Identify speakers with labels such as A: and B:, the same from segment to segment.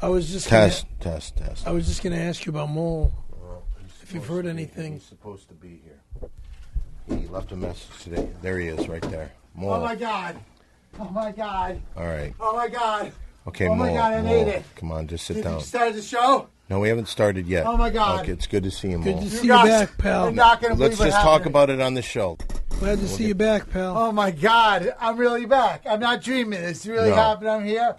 A: I was just gonna-
B: Test, test, test.
A: I was just going to ask you about Mole.
B: Well, he's
A: If you've
B: supposed
A: heard
B: to be-
A: anything.
B: he's supposed to be here. He left a message today. There he is, right there. Mole.
C: Oh my god. Oh my god.
B: All right.
C: Oh my god.
B: Okay,
C: Oh
B: Mole.
C: my God, I
B: Mole.
C: made it.
B: Come on, just sit
C: Did
B: down.
C: you start the show?
B: No, we haven't started yet.
C: Oh my God.
B: Okay, it's good to see you,
A: Good
B: Mole.
A: to see you
C: guys
A: back, pal.
C: are not gonna
B: Let's
C: believe what
B: just talk
C: happened.
B: about it on the show.
A: Glad to see you back, pal.
C: Oh my god. I'm really back. I'm not dreaming. It's really
B: No.
C: happening. I'm here.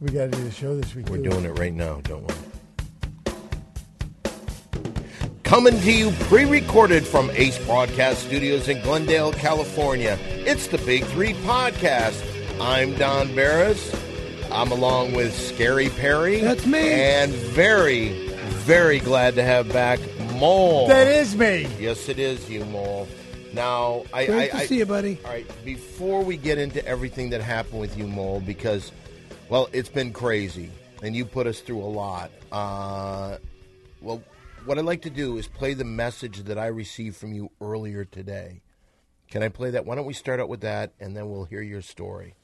C: We gotta do the show this week.
B: We're
C: too.
B: doing it right now, don't worry. Coming to you pre recorded from Ace Broadcast Studios in Glendale, California. It's the Big Three Podcast. I'm Don Barris. I'm along with Scary Perry.
A: That's me.
B: And very, very glad to have back Mole.
C: That is me.
B: Yes, it is you, Mole. Now, I.
A: Great
B: I,
A: to
B: I-
A: see you, buddy.
B: all right, before we get into everything that happened with you, Mole, because, well, it's been crazy, and you put us through a lot. Uh, well, what I'd like to do is play the message that I received from you earlier today. Can I play that? Why don't we start out with that, and then we'll hear your story.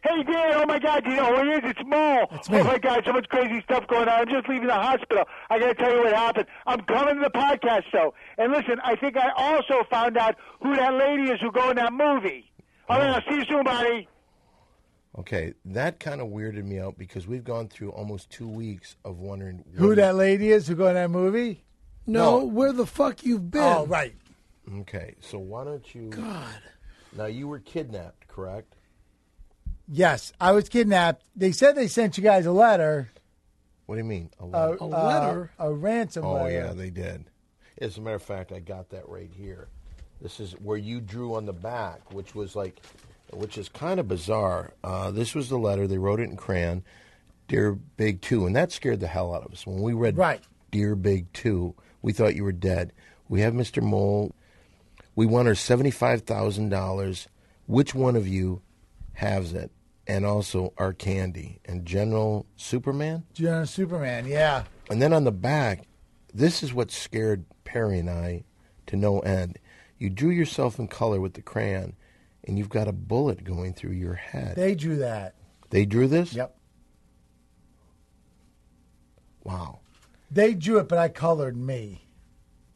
D: Hey, Dan, oh my God, do you know who it is? It's Mo.
C: me.
D: Oh my God, so much crazy stuff going on. I'm just leaving the hospital. I got to tell you what happened. I'm coming to the podcast show. And listen, I think I also found out who that lady is who go in that movie. All right, I'll see you soon, buddy.
B: Okay, that kind of weirded me out because we've gone through almost two weeks of wondering
C: Who
B: what-
C: that lady is who go in that movie?
A: No,
B: no.
A: where the fuck you've been?
C: Oh right.
B: Okay, so why don't you?
A: God.
B: Now you were kidnapped, correct?
C: Yes. I was kidnapped. They said they sent you guys a letter.
B: What do you mean? A
C: A,
A: A
C: uh,
A: letter?
C: a ransom
B: Oh
C: letter.
B: yeah, they did. As a matter of fact, I got that right here. This is where you drew on the back, which was like, which is kind of bizarre. Uh, this was the letter they wrote it in crayon, "Dear Big Two, and that scared the hell out of us when we read
C: Right.
B: "Dear Big Two, We thought you were dead. We have Mr. Mole. We want our seventy-five thousand dollars. Which one of you has it? And also our candy and General Superman."
C: General Superman, yeah.
B: And then on the back, this is what scared Perry and I to no end. You drew yourself in color with the crayon, and you've got a bullet going through your head. They,
C: They drew that.
B: drew this?
C: Yep.
B: Wow.
C: They drew it, but I colored me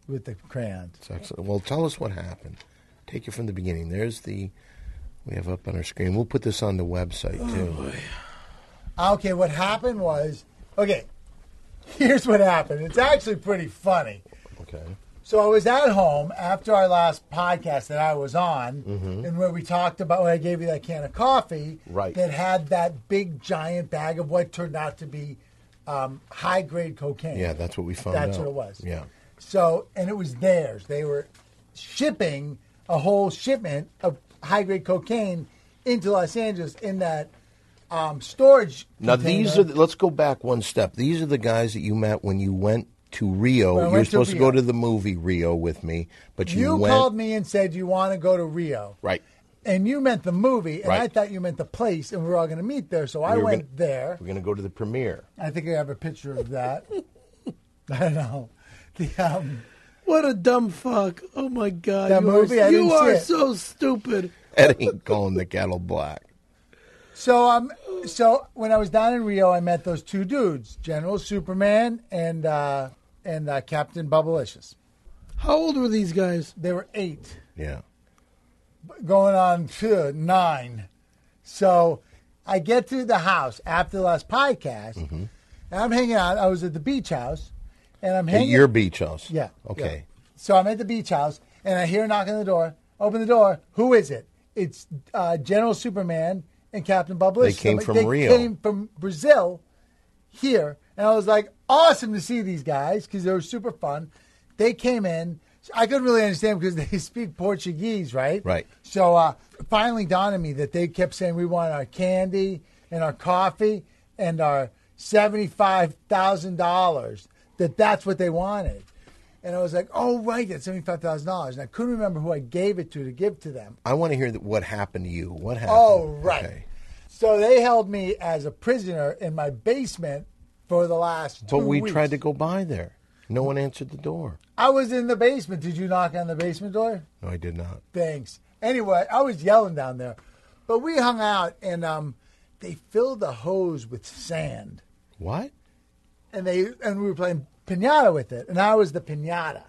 C: with the crayons.
B: It's excellent. Well, tell us what happened. Take it from the beginning. There's the. We have up on our screen. We'll put this on the website, too.
C: Okay, what happened was okay, here's what happened. It's actually pretty funny.
B: okay.
C: So I was at home after our last podcast that I was on, and where we talked about when I gave you that can of coffee
B: Mm-hmm. Right.
C: that had that big giant bag of what turned out to be um, high grade cocaine.
B: Yeah, that's what we found
C: That's
B: out.
C: what it was.
B: Yeah.
C: So, and it was theirs. They were shipping a whole shipment of high grade cocaine into Los Angeles in that um, storage.
B: Now,
C: container.
B: these are. The, let's go back one step. These are the guys that you met when you went to Rio.
C: When I
B: you were
C: went to
B: supposed to, go
C: Rio.
B: to the movie Rio with me, but you,
C: You
B: went.
C: called me and said you want to go to Rio.
B: Right.
C: And you meant the movie, and I
B: Right.
C: thought you meant the place, and we were all going to meet there. So I
B: We were
C: went
B: gonna-
C: there.
B: We're going to go to the premiere.
C: I think I have a picture of that. I don't know. The, um,
A: What a dumb fuck. Oh my god.
C: That
A: you
C: movie?
A: are,
C: I didn't
A: you
C: see
A: are
C: it.
A: so stupid.
B: That ain't calling the kettle black.
C: so um, so when I was down in Rio, I met those two dudes, General Superman and uh, and uh, Captain Bubblicious.
A: How old were these guys?
C: They were eight.
B: Yeah.
C: going on to nine. So I get to the house after the last podcast,
B: Mm-hmm.
C: and I'm hanging out. I was at the beach house, and I'm
B: At
C: hanging.
B: your beach house.
C: yeah.
B: Okay.
C: yeah. So I'm at the beach house, and I hear a knock on the door. Open the door. Who is it? It's uh, General Superman and Captain
B: They
C: Bubblicious.
B: came
C: I'm like,
B: from
C: they
B: Rio.
C: came from Brazil here, and I was like, awesome to see these guys because they were super fun. They came in. I couldn't really understand because they speak Portuguese, right?
B: Right.
C: So uh, it finally dawned on me that they kept saying we want our candy and our coffee and our seventy-five thousand dollars. That that's what they wanted, and I was like, oh right, that's seventy-five thousand dollars. And I couldn't remember who I gave it to to give to them.
B: I want to hear that what happened to you. What happened?
C: Oh, right.
B: Okay.
C: So they held me as a prisoner in my basement for the last.
B: But
C: two
B: we
C: weeks.
B: tried to go by there. No one answered the door.
C: I was in the basement. Did you knock on the basement door?
B: No, I did not.
C: Thanks. Anyway, I was yelling down there, but we hung out and um, they filled the hose with sand,
B: What?
C: and they and we were playing pinata with it, and I was the pinata.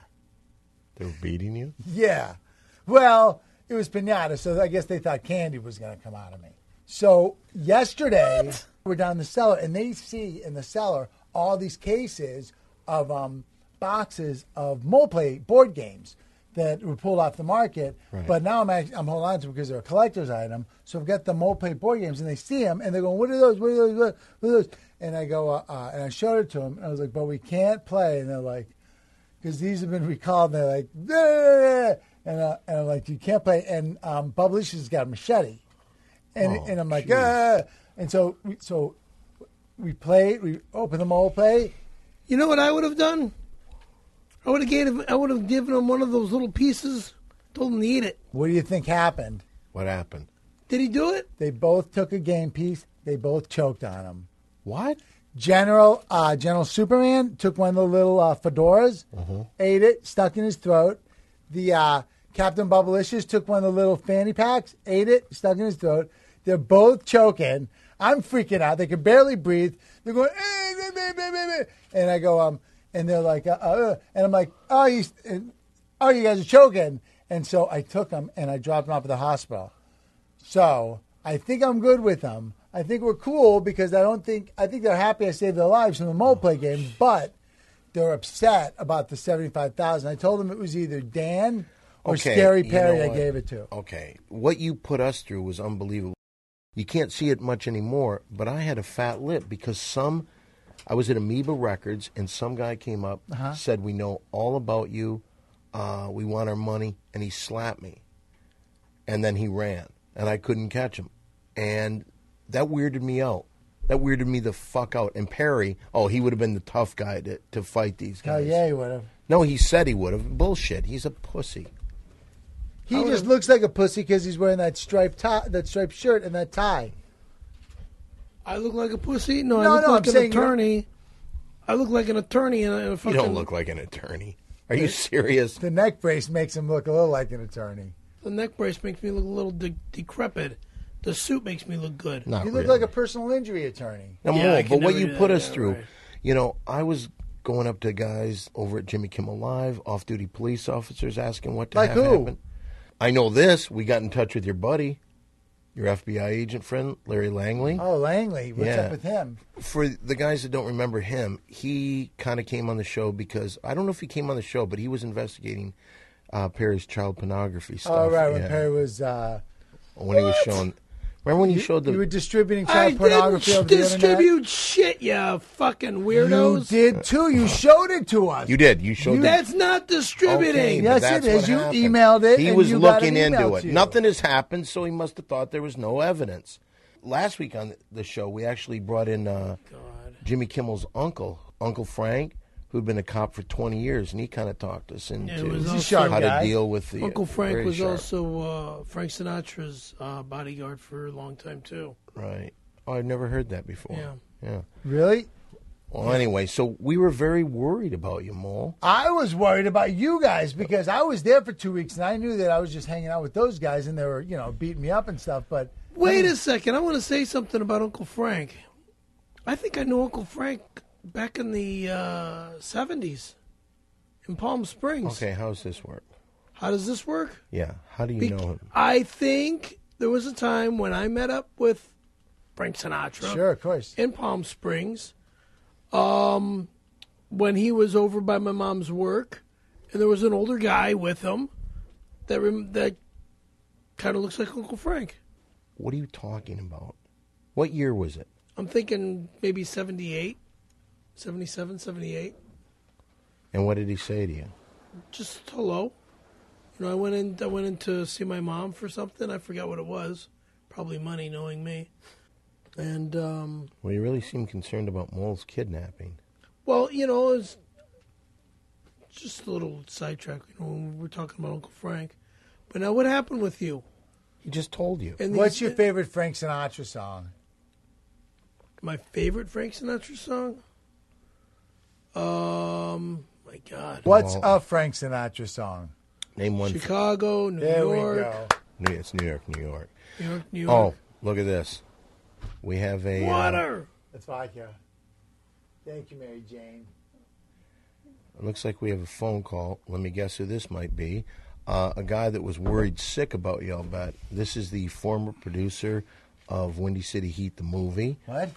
B: They were beating you?
C: Yeah. Well, it was pinata, so I guess they thought candy was going to come out of me. So yesterday, we're down in the cellar, and they see in the cellar all these cases of um, boxes of mole play board games that were pulled off the market.
B: Right.
C: But now I'm actually, I'm holding on to them because they're a collector's item. So I've got the mole play board games, and they see them, and they're going, "What are those? What are those? What what are those?" And I go, uh, uh, and I showed it to them, and I was like, "But we can't play." And they're like, because these have been recalled. And they're like, "Nah." and, uh, and I'm like, you can't play. And um, Bob Leash has got a machete, and
B: Oh,
C: and I'm like,
B: geez.
C: ah. And so we, so we played. We opened the mole play.
A: You know what I would have done? I would have gave I would have given him one of those little pieces, told him to eat it.
C: What do you think happened?
B: What happened?
A: Did he do it?
C: They both took a game piece. They both choked on him.
B: What?
C: General uh, General Superman took one of the little uh, fedoras, ate it, stuck in his throat. The uh, Captain Bubblicious took one of the little fanny packs, ate it, stuck in his throat. They're both choking. I'm freaking out. They can barely breathe. They're going, "Eh, eh, eh, eh, eh, eh." and I go, um, and they're like, uh, uh, uh, and I'm like, oh, you, and, oh, you guys are choking. And so I took them and I dropped them off at the hospital. So I think I'm good with them. I think we're cool because I don't think I think they're happy I saved their lives from the
B: Oh,
C: mole play game, but they're upset about the seventy five thousand. I told them it was either Dan or
B: Okay,
C: Scary
B: you
C: Perry
B: know
C: I
B: what? Oh,
C: gave it to.
B: Okay. What you put us through was unbelievable. You can't see it much anymore, but I had a fat lip because some I was at Amoeba Records and some guy came up,
C: Uh-huh.
B: said, We know all about you, uh, we want our money and he slapped me. And then he ran and I couldn't catch him. And that weirded me out. That weirded me the fuck out. And Perry, oh, he would have been the tough guy to, to fight these
C: Hell
B: guys.
C: yeah, he would have.
B: No, he said he would have. Bullshit. He's a pussy.
C: He just looks like a pussy because he's wearing that striped top, that striped shirt, and that tie.
A: I look like a pussy. No, I
C: No,
A: look
C: no,
A: like
C: I'm
A: an
C: saying you're-
A: attorney. I look like an attorney and a, and a
B: You
A: fucking.
B: don't look like an attorney. Are you serious?
C: The neck brace makes him look a little like an attorney.
A: The neck brace makes me look a little de- decrepit. The suit makes me look good.
B: Not
C: You look
B: really.
C: like a personal injury attorney.
B: No,
A: Yeah, I
B: more,
A: can
B: but what
A: never
B: you
A: do
B: put
A: that.
B: us
A: Yeah,
B: through,
A: right.
B: you know, I was going up to guys over at Jimmy Kimmel Live, off-duty police officers asking what to
C: Like
B: have
C: who?
B: happen. I know this. We got in touch with your buddy, your FBI agent friend, Larry Langley.
C: Oh, Langley, what's
B: Yeah.
C: up with him?
B: for the guys that don't remember him, he kind of came on the show because I don't know if he came on the show, but he was investigating uh, Perry's child pornography stuff.
C: Oh, right, when
B: yeah.
C: Perry was, uh,
B: when he was showing. Remember when you, showed the
C: you were distributing
A: I
C: child pornography
A: didn't
C: over the internet.
A: distribute shit, you fucking
C: You
A: weirdos.
C: did too. You showed it to us.
B: You did. You showed. the-
A: That's not
B: Okay,
A: distributing.
B: but
C: Yes,
B: that's
C: it is.
B: what
C: You
B: happened.
C: emailed it
B: He
C: and
B: was
C: you got
B: looking
C: an email
B: into it.
C: to you.
B: Nothing has happened, so he must have thought there was no evidence. Last week on the show, we actually brought in uh, Jimmy Kimmel's uncle, Uncle Frank, who'd been a cop for 20 years, and he kind of talked us into
A: was He's a
C: sharp
B: how to
C: guy.
B: deal with the
A: Uncle Frank
B: very
A: was
B: sharp.
A: also uh, Frank Sinatra's uh, bodyguard for a long time too.
B: right. Oh, I've never heard that before.
A: Yeah.
B: Yeah.
C: Really?
B: Well, anyway, so we were very worried about you, Mole.
C: I was worried about you guys because I was there for two weeks and I knew that I was just hanging out with those guys and they were, you know, beating me up and stuff. But
A: Wait a second, I want to say something about Uncle Frank. I think I knew Uncle Frank back in the uh, seventies in Palm Springs.
B: Okay, how does this work?
A: How does this work?
B: Yeah. How do you
A: Bec-
B: know him?
A: I think there was a time when I met up with Frank Sinatra
C: sure, of course.
A: in Palm Springs, um, when he was over by my mom's work, and there was an older guy with him that rem- that kind of looks like Uncle Frank.
B: What are you talking about? What year was it?
A: I'm thinking maybe 78, 77, 78.
B: And what did he say to you?
A: Just hello. You know, I went in. I went in to see my mom for something. I forgot what it was. Probably money, knowing me. And um,
B: Well, you really seem concerned about Mole's kidnapping.
A: Well, you know, it's just a little sidetrack. You know, when we're talking about Uncle Frank. But now, what happened with you?
B: He just told you.
A: And
C: What's
A: these-
C: your favorite Frank Sinatra song?
A: my favorite Frank Sinatra song? Um, my God,
C: What's
B: Well-
C: a Frank Sinatra song?
B: Name one.
A: Chicago, New
C: There
A: York,
C: we go. Oh,
B: New- It's New York, New York.
A: New York, New York.
B: Oh, look at this. We have a uh,
A: Water.
C: That's vodka. Thank you, Mary Jane.
B: It looks like we have a phone call. Let me guess who this might be. Uh, a guy that was worried sick about y'all bet. This is the former producer of Windy City Heat, the movie.
C: What?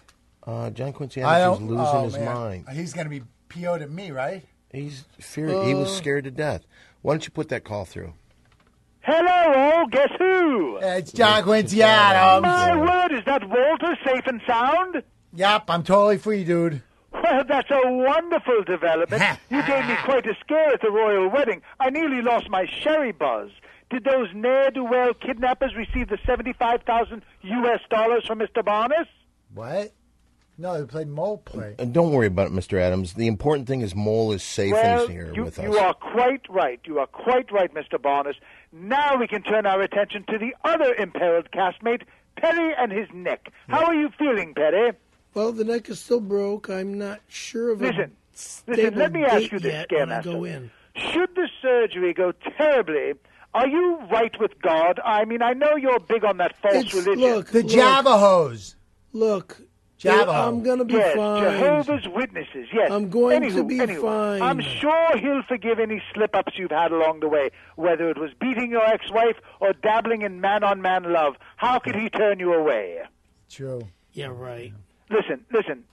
B: Uh, John Quincy
C: I
B: Adams
C: don't.
B: is losing
C: oh,
B: his
C: man.
B: mind.
C: He's going to be PO'd at me, right?
B: He's fear. he was
D: Uh.
B: scared to death. Why don't you put that call through?
D: Hello, oh, guess who?
C: It's John Quincy Adams.
D: My word, is that Walter safe and sound?
C: Yep, I'm totally free, dude.
D: Well, that's a wonderful development. you gave me quite a scare at the royal wedding. I nearly lost my sherry buzz. Did those ne'er-do-well kidnappers receive the 75,000 U.S. dollars from Mr. Barnes?
C: What? No, they played mole play.
B: And don't worry about it, Mr. Adams. The important thing is Mole is safe
D: Well,
B: and here
D: you,
B: with us.
D: you are quite right. You are quite right, Mr. Barnes. Now we can turn our attention to the other imperiled castmate, Perry and his neck. How
B: Hmm.
D: are you feeling, Perry?
A: Well, the neck is still broke. I'm not sure of
D: Listen,
A: a stable
D: listen, let me ask
A: date
D: you this,
A: yet when I
D: Scaremaster.
A: go in.
D: Should the surgery go terribly, are you right with God? I mean, I know you're big on that false
A: It's-
D: religion.
A: look,
C: The
A: look,
C: Javajos.
A: Look,
C: Java.
A: I'm gonna be
D: yes,
A: fine.
D: Jehovah's Witnesses, yes.
A: I'm going
D: Anywho,
A: to be
D: anywho,
A: fine.
D: I'm sure he'll forgive any slip-ups you've had along the way, whether it was beating your ex-wife or dabbling in man-on-man love. How could he turn you away?
C: True.
A: Yeah, right.
D: Listen, listen,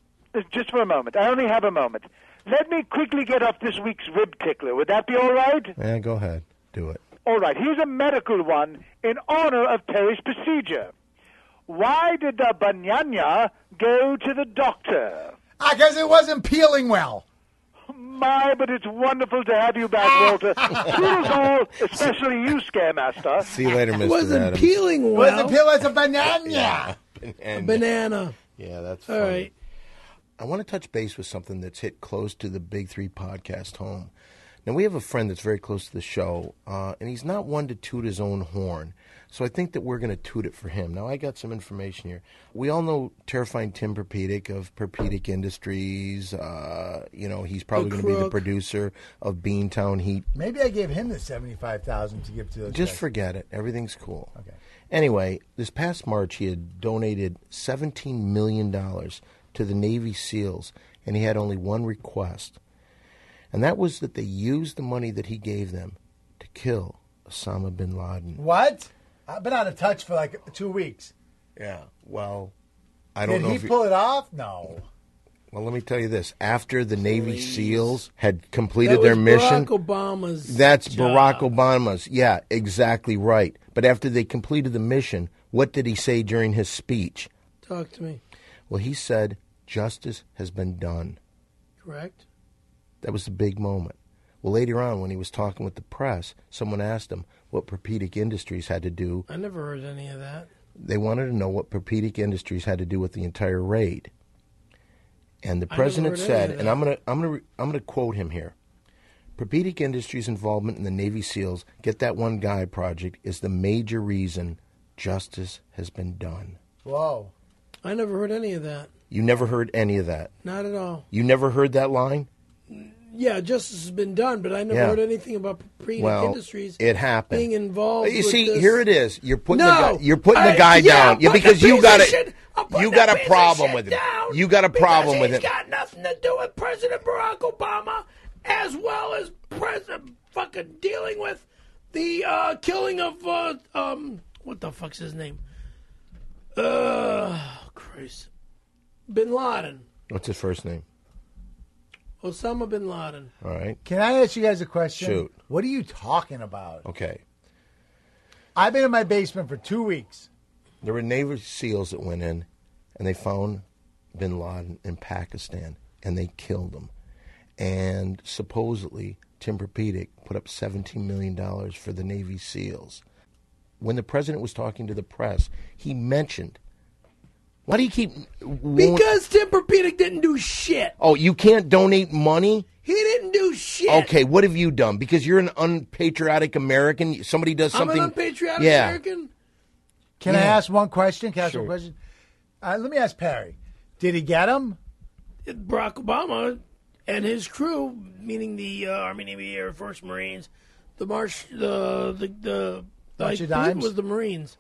D: just for a moment. I only have a moment. Let me quickly get off this week's rib tickler. Would that be all right?
B: Yeah, go ahead. Do it.
D: All right, here's a medical one in honor of Terry's procedure. Why did the banyana go to the doctor?
C: Because it wasn't peeling well.
D: My, but it's wonderful to have you back, Walter. Toodles all, especially you, Scaremaster.
B: See you later, Mr.
A: It wasn't
B: Adams.
A: peeling
C: It
A: well.
C: wasn't peeling, it's a banana.
B: And-
A: Banana.
B: yeah, that's
A: All
B: funny.
A: right.
B: I want to touch base with something that's hit close to the Big Three podcast home. Now, we have a friend that's very close to the show, uh, and he's not one to toot his own horn. So I think that we're going to toot it for him. Now, I got some information here. We all know terrifying Tim Perpedic of Perpedic Industries. Uh, you know, he's probably going to be the
A: crook.
B: producer of Beantown Heat
C: Maybe I gave him the seventy-five thousand to give to those.
B: just
C: guys.
B: forget it. Everything's cool. Okay. Anyway, this past March, he had donated $17 million to the Navy SEALs, and he had only one request, and that was that they use the money that he gave them to kill Osama bin Laden.
C: what? I've been out of touch for like two weeks.
B: Yeah. Well, I don't
C: Did
B: know
C: he
B: if you-
C: pull it off? No.
B: well, let me tell you this. After the Navy SEALs had completed
A: That
B: their
A: was
B: mission,
A: Barack Obama's.
B: That's
A: job.
B: Barack Obama's. Yeah, exactly right. But after they completed the mission, what did he say during his speech?
A: Talk to me.
B: Well, he said, Justice has been done.
A: Correct.
B: That was the big moment. Well, later on, when he was talking with the press, someone asked him what Perpedic Industries had to do.
A: I never heard any of that.
B: They wanted to know what Perpedic Industries had to do with the entire raid. And the
A: I never
B: president
A: heard any
B: said,
A: of
B: and
A: that.
B: I'm going to I'm going to I'm going to quote him here. Perpedic Industries' involvement in the Navy SEALs Get That One Guy project is the major reason justice has been done.
C: Whoa.
A: I never heard any of that.
B: You never heard any of that.
A: Not at all.
B: You never heard that line?
A: Yeah, justice has been done, but I never
B: Yeah.
A: heard anything about Perpedic Industries.
B: It happened.
A: Being involved.
B: You
A: with
B: see,
A: this.
B: here it is. You're putting
A: Oh, No,
B: the guy, you're putting
A: I-
B: the guy
A: yeah,
B: down. Yeah,
A: put the
B: because you
A: piece
B: got
A: of
B: a
A: shit- I'll put
B: you
A: the
B: got
A: piece
B: a
A: of
B: problem
A: shit
B: with him.
A: down
B: You got a problem
A: because
B: with him.
A: He's got nothing to do with President Barack Obama, as well as President fucking dealing with the uh, killing of uh, um what the fuck's his name? Uh, Christ, Bin Laden,
B: What's his first name?
A: Osama Bin Laden.
B: All right.
C: Can I ask you guys a question?
B: Shoot.
C: What are you talking about?
B: Okay.
C: I've been in my basement for two weeks.
B: There were Navy SEALs that went in, and they found Bin Laden in Pakistan, and they killed him. And supposedly, Tim Perpedic put up $17 million for the Navy SEALs. When the president was talking to the press, he mentioned. Why do you keep? won't-
A: Because Tim Perpedic didn't do shit.
B: Oh, you can't donate money?
A: He didn't do shit.
B: Okay, what have you done? Because you're an unpatriotic American. Somebody does
A: I'm
B: something.
A: an unpatriotic
B: yeah.
A: American.
C: Can I
B: Yeah.
C: ask one question? Can I ask
B: Sure.
C: one question? Uh, let me ask Perry. Did he get him?
A: Barack Obama and his crew, meaning the uh, Army, Navy, Air Force, Marines, the Marsh, the the the. I
C: Bunch of
A: believe it
C: dimes?
A: was the Marines,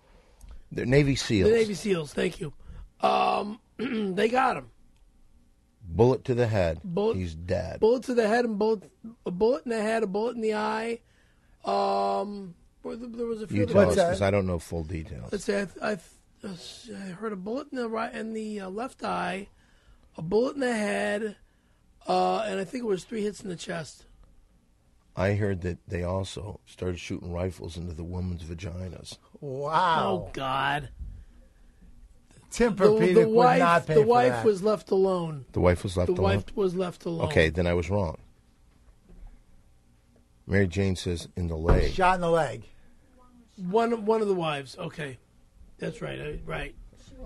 B: They're Navy SEALs.
A: the Navy SEALs. Thank you. Um, they got him.
B: Bullet to the head.
A: Bullet-
B: He's dead.
A: Bullet to the head and bullet, a bullet in the head, a bullet in the eye. Um, were there there was a few.
B: you
A: other-
B: tell us
C: What's that?
B: because I don't know full details.
A: Let's see. I, I, I heard a bullet in the right in the uh, left eye, a bullet in the head, uh, and I think it was three hits in the chest.
B: I heard that they also started shooting rifles into the woman's vaginas.
A: Oh,
C: Wow.
A: God!
C: Tim
A: The,
C: Perpedic
A: the
C: would not
A: wife,
C: pay
A: the
C: for
A: wife
C: that.
A: was left alone.
B: The wife was left
A: The
B: alone.
A: wife oh. was left alone.
B: Okay, then I was wrong. Mary Jane says in the leg.
C: shot in the leg.
A: one one of the wives. Okay, that's right. uh, Right.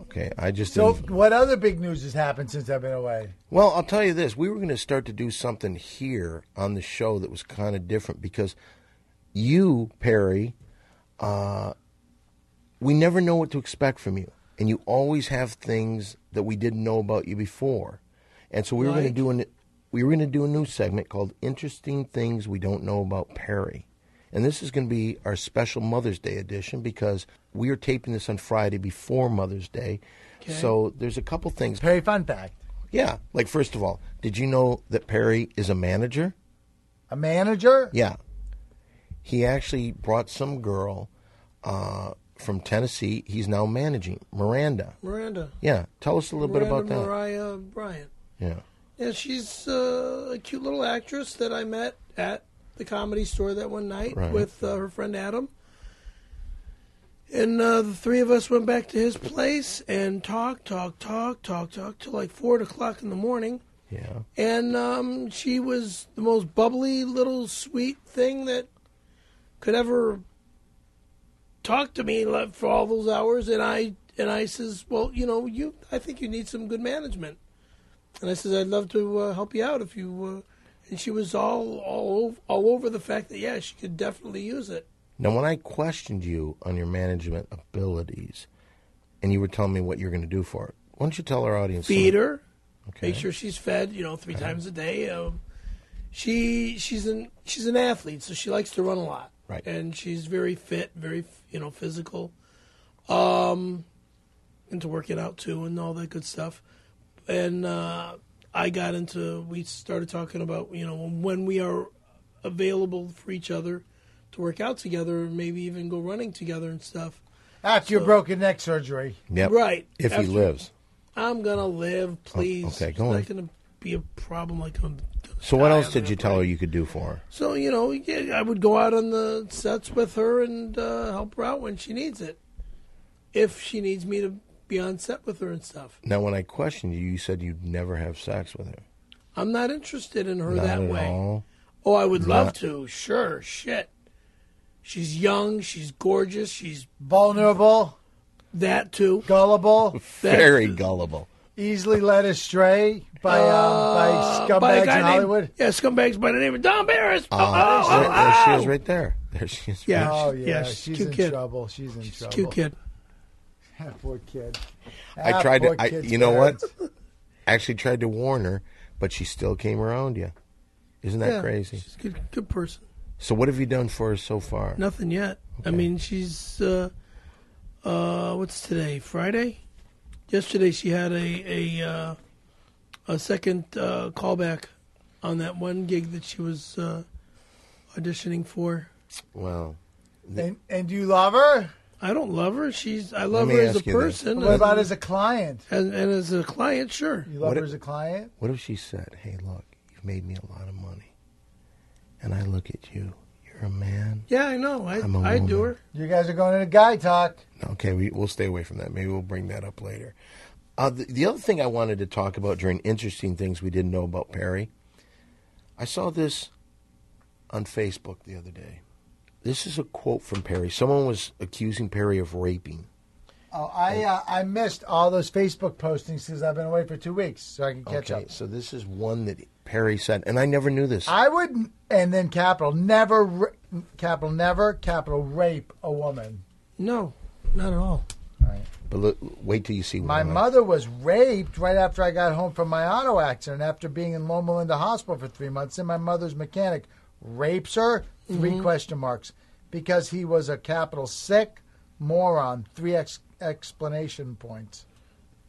B: Okay, I just
C: So,
A: Hmm.
B: didn't.
C: what other big news has happened since I've been away?
B: Well, I'll tell you this. We were going to start to do something here on the show that was kind of different because you, Perry, uh, we never know what to expect from you. And you always have things that we didn't know about you before. And so we were going to
A: Like?
B: do an, we were going to do a new segment called Interesting Things We Don't Know About Perry. And this is going to be our special Mother's Day edition because we are taping this on Friday before Mother's Day. So there's a couple things.
C: Perry Fun Fact.
B: Yeah. Like, first of all, did you know that Perry is a manager?
C: A manager?
B: Yeah. He actually brought some girl uh, from Tennessee. He's now managing Miranda.
A: Miranda.
B: Yeah. Tell us a little
A: Miranda
B: bit about that.
A: Mariah Bryant.
B: Yeah.
A: Yeah, she's uh, a cute little actress that I met at the comedy store that one night
B: Right.
A: with uh, her friend Adam. And uh, the three of us went back to his place and talked, talked, talked, talked, talked till like four o'clock in the morning.
B: Yeah.
A: And um, she was the most bubbly little sweet thing that could ever talk to me like, for all those hours. And I and I says, well, you know, you I think you need some good management. And I says, I'd love to uh, help you out if you. Uh, and she was all all over, all over the fact that yeah, she could definitely use it.
B: Now, when I questioned you on your management abilities and you were telling me what you're going to do for it, why don't you tell our audience? some-
A: Feed her.
B: Okay. Uh-huh.
A: make sure she's fed you know three times a day um, she she's an she's an athlete so she likes to run a lot
B: Right.
A: and she's very fit very you know physical um into working out too and all that good stuff and uh i got into we started talking about you know when we are available for each other to work out together and maybe even go running together and stuff
C: After your broken neck surgery.
B: Yep.
A: Right.
B: If he
A: After-
B: lives.
A: i'm gonna live please
B: Oh, okay, go
A: it's
B: on.
A: not gonna be a problem like i'm
B: So, what
A: I
B: else
A: have
B: did
A: an
B: you tell her you could do for her?
A: So you know, yeah, I would go out on the sets with her and uh, help her out when she needs it, if she needs me to be on set with her and stuff.
B: Now, when I questioned you, you said you'd never have sex with her.
A: I'm not interested in her
B: Not
A: that
B: at
A: way.
B: all.
A: Oh, I would love
B: Not-
A: to. Sure, shit. She's young. She's gorgeous. She's
C: Vulnerable,
A: that too.
C: gullible,
A: That-
B: Very gullible.
C: easily led astray by, um, by
A: Uh, by a
C: scumbags
A: guy
C: in
A: named-
C: Hollywood.
A: yeah, scumbags by the name of Don Barris. Oh,
B: Ah,
A: oh,
B: there,
A: oh,
B: there she
A: oh.
B: is right there. There she is.
A: Yeah.
B: right-
C: Oh, yeah.
A: Yeah, she's a
C: she's
A: cute
C: in
A: kid.
C: trouble. She's in trouble.
A: Cute kid.
C: That poor kid.
B: I
C: That
B: tried to.
C: poor
B: I,
C: kid's
B: you know what?
C: parents.
B: Actually, tried to warn her, but she still came around you. Isn't that
A: Yeah,
B: crazy?
A: She's a good, good person.
B: So, what have you done for her so far?
A: Nothing yet. I mean, she's uh, uh, what's today? Friday. Yesterday she had a a uh, a second uh, callback on that one gig that she was uh, auditioning for.
B: Well,
C: And, and do you love her?
A: I don't love her. She's I love
B: me
A: her as a
B: ask you this.
A: person.
C: What about
A: and,
C: as a client?
A: and, and as a client? Sure.
C: You love
B: What
C: her
B: it-
C: as a client?
B: what if she said, "Hey, look, you've made me a lot of money, and I look at you. You're a man."
A: Yeah, I know. I
B: I'm a
A: I do
B: woman.
A: her.
C: You guys are going into guy talk.
B: Okay, we, we'll stay away from that. Maybe we'll bring that up later. Uh, the, the other thing I wanted to talk about during interesting things we didn't know about Perry, I saw this on Facebook the other day. This is a quote from Perry. Someone was accusing Perry of raping.
C: Oh, I uh, I missed all those Facebook postings because I've been away for two weeks, so I can catch
B: okay,
C: up.
B: so this is one that Perry said, and I never knew this.
C: I would, not and then capital never, ra- capital never, capital rape a woman.
A: No, not at all.
B: but look, wait till you see what
C: My
B: I'm-
C: mother was raped right after I got home from my auto accident after being in Loma Linda Hospital for three months. And my mother's mechanic rapes her, 3 question marks, because he was a capital sick moron, three ex- explanation points.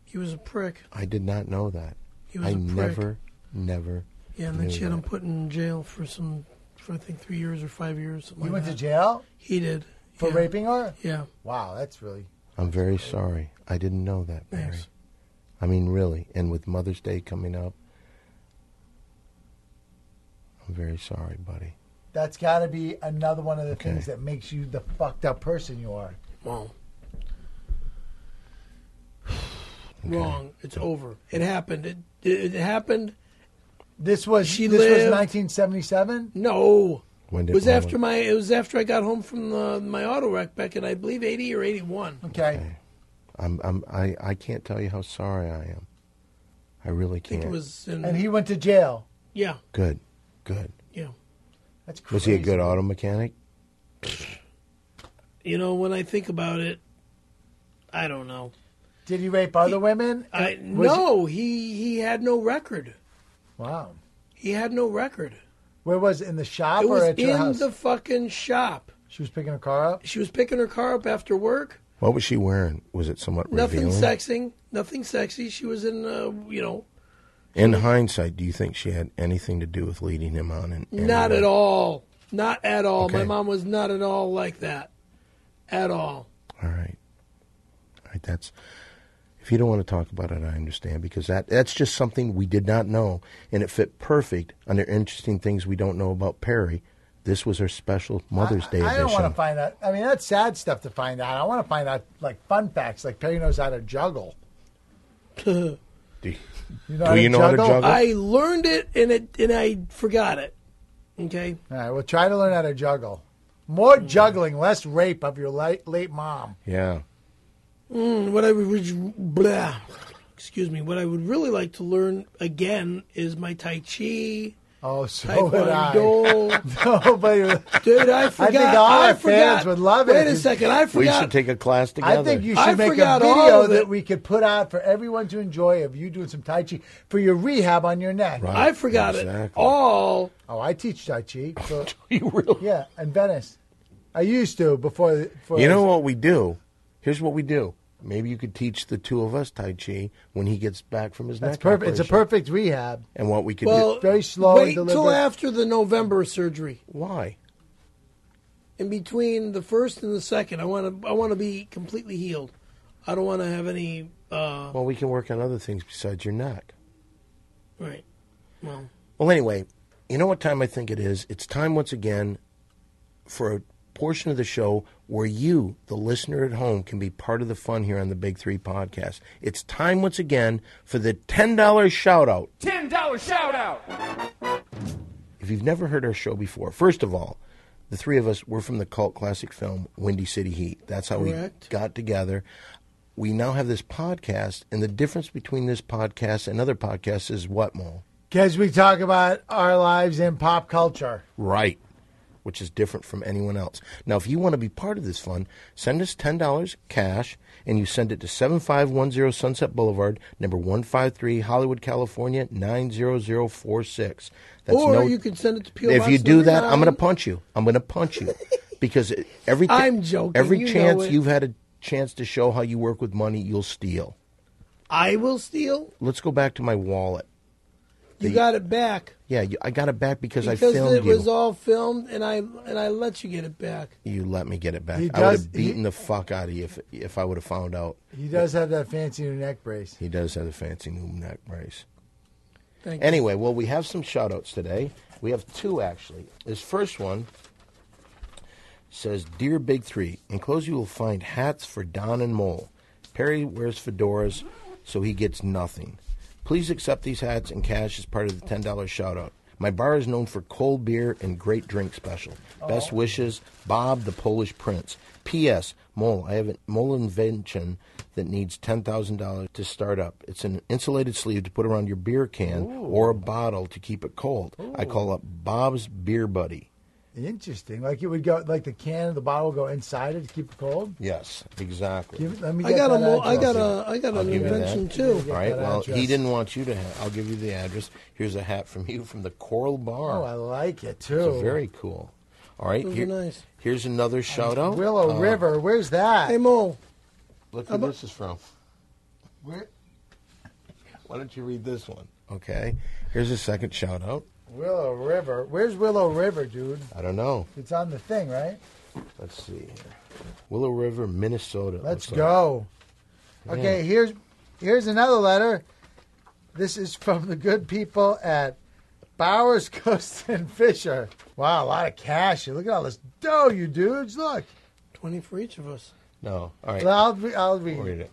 A: He was a prick.
B: I did not know that.
A: He was
B: I
A: a prick.
B: never, never.
A: Yeah, and then
B: knew
A: she had
B: that.
A: him put in jail for some, for I think three years or five years. Something
C: You
A: like
C: went to
A: that.
C: jail
A: He did.
C: for
A: yeah.
C: raping her?
A: Yeah.
C: Wow, that's really.
B: I'm very sorry. I didn't know that, Barry.
A: Thanks.
B: I mean, really. And with Mother's Day coming up, I'm very sorry, buddy.
C: That's got to be another one of the
B: Okay.
C: things that makes you the fucked up person you are.
A: Wrong. Wrong. It's over. It happened. It, it, it happened.
C: This was
A: She
C: this
A: lived-
C: was 1977.
A: No.
B: When did
A: it was
B: Mama-
A: after my. It was after I got home from the, my auto wreck back in I believe eighty or eighty one.
C: Okay.
B: I'm, I'm, I, I can't tell you how sorry I am. I really
A: I think
B: can't.
A: it was. In,
C: And he went to jail.
A: yeah,
B: good, good.
A: yeah.
C: That's crazy.
B: Was he a good auto mechanic?
A: You know, when I think about it, I don't know.
C: Did he rape other women?
A: I
C: Was he-
A: no. He he had no record.
C: Wow.
A: He had no record.
C: Where was it? In the shop
A: It
C: or
A: was
C: at your
A: in
C: house?
A: the fucking shop.
C: she was picking a car up.
A: She was picking her car up after work.
B: What was she wearing? Was it somewhat
A: Nothing
B: revealing?
A: sexing. Nothing sexy. She was in, uh, you know,
B: In hindsight, do you think she had anything to do with leading him on? In any
C: uh,
A: Not
B: way?
A: at all. Not at all. My
B: Okay.
A: mom was not at all like that. At all.
B: All right. All right, that's if you don't want to talk about it, I understand because that that's just something we did not know and it fit perfect under interesting things we don't know about Perry. This was her special Mother's Day
C: I don't
B: edition.
C: want to find out. I mean, that's sad stuff to find out. I want to find out like fun facts, like Perry knows how to juggle.
B: do you,
C: You
B: do you know how to juggle?
A: I learned it and it and I forgot it. Okay?
C: All right, well, try to learn how to juggle. More juggling, less rape of your late, late mom.
B: yeah.
A: And Hmm, what I would blah, excuse me, what I would really like to learn again is my Tai Chi,
C: Oh, so would I.
A: Taekwondo.
C: Nobody-
A: Dude, I forgot.
C: all
A: I
C: our fans
A: forgot.
C: would love it
A: Wait
C: if
A: a
C: you-
A: second, I
B: We
A: forgot.
B: should take a class together.
C: I think you should
A: I
C: make a
A: forgot all
C: video
A: of it.
C: that we could put out for everyone to enjoy of you doing some Tai Chi for your rehab on your neck.
B: Right.
A: I forgot it
B: Exactly.
A: all.
C: Oh, I teach Tai Chi. So,
B: you really
C: yeah, in Venice. I used to before. before
B: You know what we do? Here's what we do. Maybe you could teach the two of us Tai Chi when he gets back from his
C: That's
B: neck
C: perfect. It's a
B: operation.
C: perfect rehab.
B: And what we could
A: Well,
B: do.
C: Very slow and
A: Wait till
C: deliberate.
A: after the November surgery.
B: Why?
A: in between the first and the second. I want to I want to be completely healed. I don't want to have any uh,
B: Well, we can work on other things besides your neck.
A: right. Well,
B: Well, anyway, you know what time I think it is? It's time once again for a portion of the show where you, the listener at home, can be part of the fun here on the Big Three podcast. It's time once again for the $10 shout out.
E: $10 shout out.
B: If you've never heard our show before, first of all, the three of us were from the cult classic film Windy City Heat. That's how we
A: Correct.
B: got together. We now have this podcast, and the difference between this podcast and other podcasts is what, Mo?
C: Because we talk about our lives in pop culture.
B: Right. Which is different from anyone else. Now, if you want to be part of this fun, send us $10 cash and you send it to 7510 Sunset Boulevard, number 153, Hollywood, California, 90046. That's
A: or you could send it to PO
B: If
A: Box
B: you do
A: number
B: that, I'm
A: nine.
B: going to punch you. I'm going to punch you. because it- every, ti-
A: I'm joking.
B: every
A: You know
B: chance
A: it.
B: you've had a chance to show how you work with money, you'll steal.
A: I will steal.
B: Let's go back to my wallet.
A: You got it back
B: Yeah, you, I got it back because, I
A: because
B: filmed
A: it
B: you.
A: was all filmed, and I and I let you get it back.
B: You let me get it back.
C: He
B: I would
C: does-
B: have beaten
C: he-
B: the fuck out of you if if I would have found out.
C: He does have that fancy new neck brace.
B: He does have a fancy new neck brace.
A: Thank you.
B: Anyway, well, we have some shout outs today. We have two, actually. This first one says Dear Big Three, enclosed you will find hats for Don and Mole. Perry wears fedoras, so he gets nothing. Please accept these hats and cash as part of the $10 shout out. My bar is known for cold beer and great drink special. Best wishes, Bob the Polish Prince. P.S. Mole, I have a mole invention that needs $10,000 to start up. It's an insulated sleeve to put around your beer can or a bottle to keep it cold. I call it Bob's Beer Buddy.
C: Interesting. Like it would go, like the can of the bottle would go inside it to keep it cold.
B: Yes, exactly.
C: Give, it- let me
A: I
C: get
A: got a
C: that
A: mo- I
C: address.
A: got a I got
B: I'll
A: an
B: give you that.
A: invention
B: All
A: too.
B: right.
C: that
B: Well, he
C: address.
B: didn't want you to have. I'll give you the address. Here's a hat from you from the Coral
C: Oh,
B: Bar.
C: I like it
B: Those
C: too.
B: are very cool. All right.
A: Those are nice.
B: Here's another shout out.
C: Willow
B: Uh,
C: River. Where's that?
A: Hey Mo,
B: Look who this is from.
C: Where-
B: Why don't you read this one? Okay. Here's a second shout out.
C: Willow River. Where's Willow River, dude?
B: I don't know.
C: It's on the thing, right?
B: Let's see here. Willow River, Minnesota.
C: Let's
B: looks like.
C: go. Okay, here's here's another letter. This is from the good people at Bowers Coast and Fisher. Wow, a lot of cash. Look at all this dough, you dudes. Look.
A: Twenty for each of us.
B: No. All right.
C: Well, I'll, re- I'll read.
B: We'll
C: it.
B: read it.